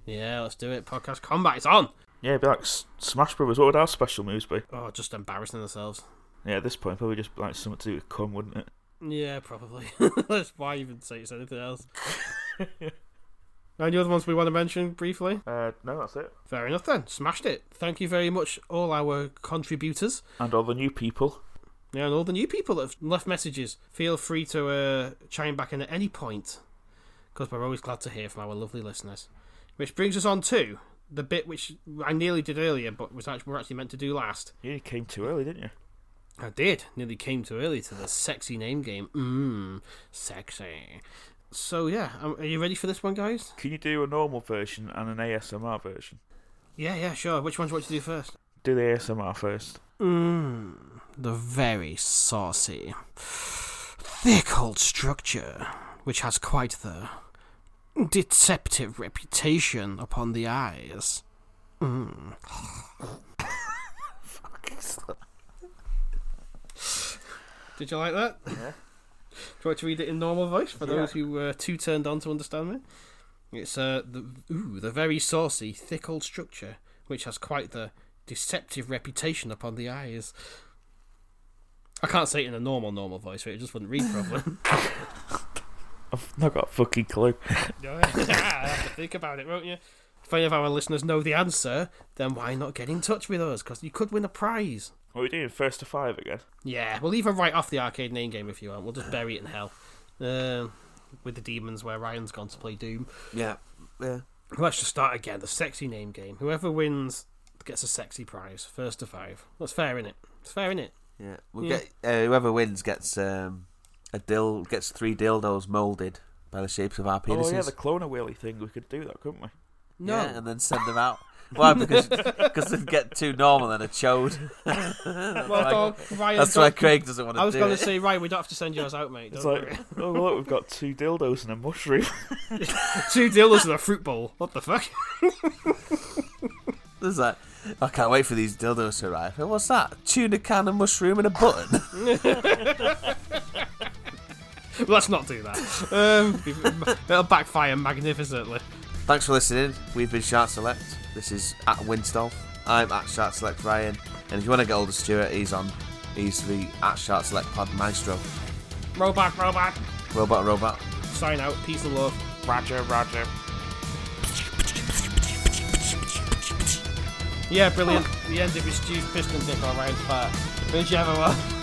[SPEAKER 1] Yeah, let's do it. Podcast combat, it's on.
[SPEAKER 3] Yeah, it'd be like S- Smash Brothers. What would our special moves be?
[SPEAKER 1] Oh, just embarrassing ourselves.
[SPEAKER 3] Yeah, at this point, probably just like something to do with cum, wouldn't it?
[SPEAKER 1] Yeah, probably. That's why even say it's anything else. Any other ones we want to mention briefly?
[SPEAKER 3] Uh, no, that's it.
[SPEAKER 1] Fair enough then. Smashed it. Thank you very much, all our contributors
[SPEAKER 3] And all the new people.
[SPEAKER 1] yeah, and all the new people that have left messages. Feel free to uh, chime back in at any point because we're always glad to hear from our lovely listeners. Which brings us on to the bit which I nearly did earlier, but was actually, we're actually meant to do last.
[SPEAKER 3] You came too early, didn't you?
[SPEAKER 1] I did. Nearly came too early to the sexy name game. Mmm, sexy. So yeah, um, are you ready for this one, guys?
[SPEAKER 3] Can you do a normal version and an ASMR version?
[SPEAKER 1] Yeah, yeah, sure. Which one do you want to do first?
[SPEAKER 3] Do the ASMR first.
[SPEAKER 1] Mmm, the very saucy thick old structure, which has quite the deceptive reputation upon the eyes. Mmm. Did you like that? Yeah. Try to read it in normal voice for those who were too turned on to understand me. It's uh, the ooh, the very saucy, thick old structure, which has quite the deceptive reputation upon the eyes. I can't say it in a normal, normal voice, right? It just wouldn't read properly.
[SPEAKER 3] I've not got a fucking clue.
[SPEAKER 1] have to think about it, won't you? If any of our listeners know the answer, then why not get in touch with us? Because you could win a prize.
[SPEAKER 3] What are we doing? First to five again?
[SPEAKER 1] Yeah, we'll even write off the arcade name game if you want. We'll just bury it in hell. Um, with the demons where Ryan's gone to play Doom.
[SPEAKER 6] Yeah. Yeah.
[SPEAKER 1] Let's just start again. The sexy name game. Whoever wins gets a sexy prize. First to five. That's fair, innit? It's fair, innit?
[SPEAKER 6] Yeah. We'll
[SPEAKER 1] Yeah.
[SPEAKER 6] get uh, whoever wins gets um, a dill gets three dildos molded by the shapes of our penises.
[SPEAKER 3] Oh yeah, the cloner wheelie thing. We could do that, couldn't we?
[SPEAKER 1] No.
[SPEAKER 6] Yeah, and then send them out. Why? Because because they'd get too normal and a chode.
[SPEAKER 1] Well, dog, Ryan's
[SPEAKER 6] That's why
[SPEAKER 1] got-
[SPEAKER 6] Craig doesn't want
[SPEAKER 1] I
[SPEAKER 6] to
[SPEAKER 1] was
[SPEAKER 6] do
[SPEAKER 1] going to
[SPEAKER 6] it.
[SPEAKER 1] say, Ryan, we don't have to send yours out, mate.
[SPEAKER 3] It's
[SPEAKER 1] don't
[SPEAKER 3] like, oh look, we've got two dildos and a mushroom.
[SPEAKER 1] worry. two dealers and a fruit bowl. What the fuck?
[SPEAKER 6] There's that. I can't wait for these dildos to arrive. Oh, What's that? Tuna can, a mushroom, and a button.
[SPEAKER 1] Let's not do that. Um, it'll backfire magnificently.
[SPEAKER 6] Thanks for listening. We've been Shark Select. This is at Winstolf. I'm at Shark Select Ryan. And if you want to get hold of Stuart, he's on. He's the at Shark Select Pod Maestro.
[SPEAKER 1] Robot, robot.
[SPEAKER 6] Robot Robot.
[SPEAKER 1] Sign out. Peace and love.
[SPEAKER 5] Roger, Roger.
[SPEAKER 1] Yeah, brilliant. We ended with Stu's piston dick on Ryan's fire. Did you ever well?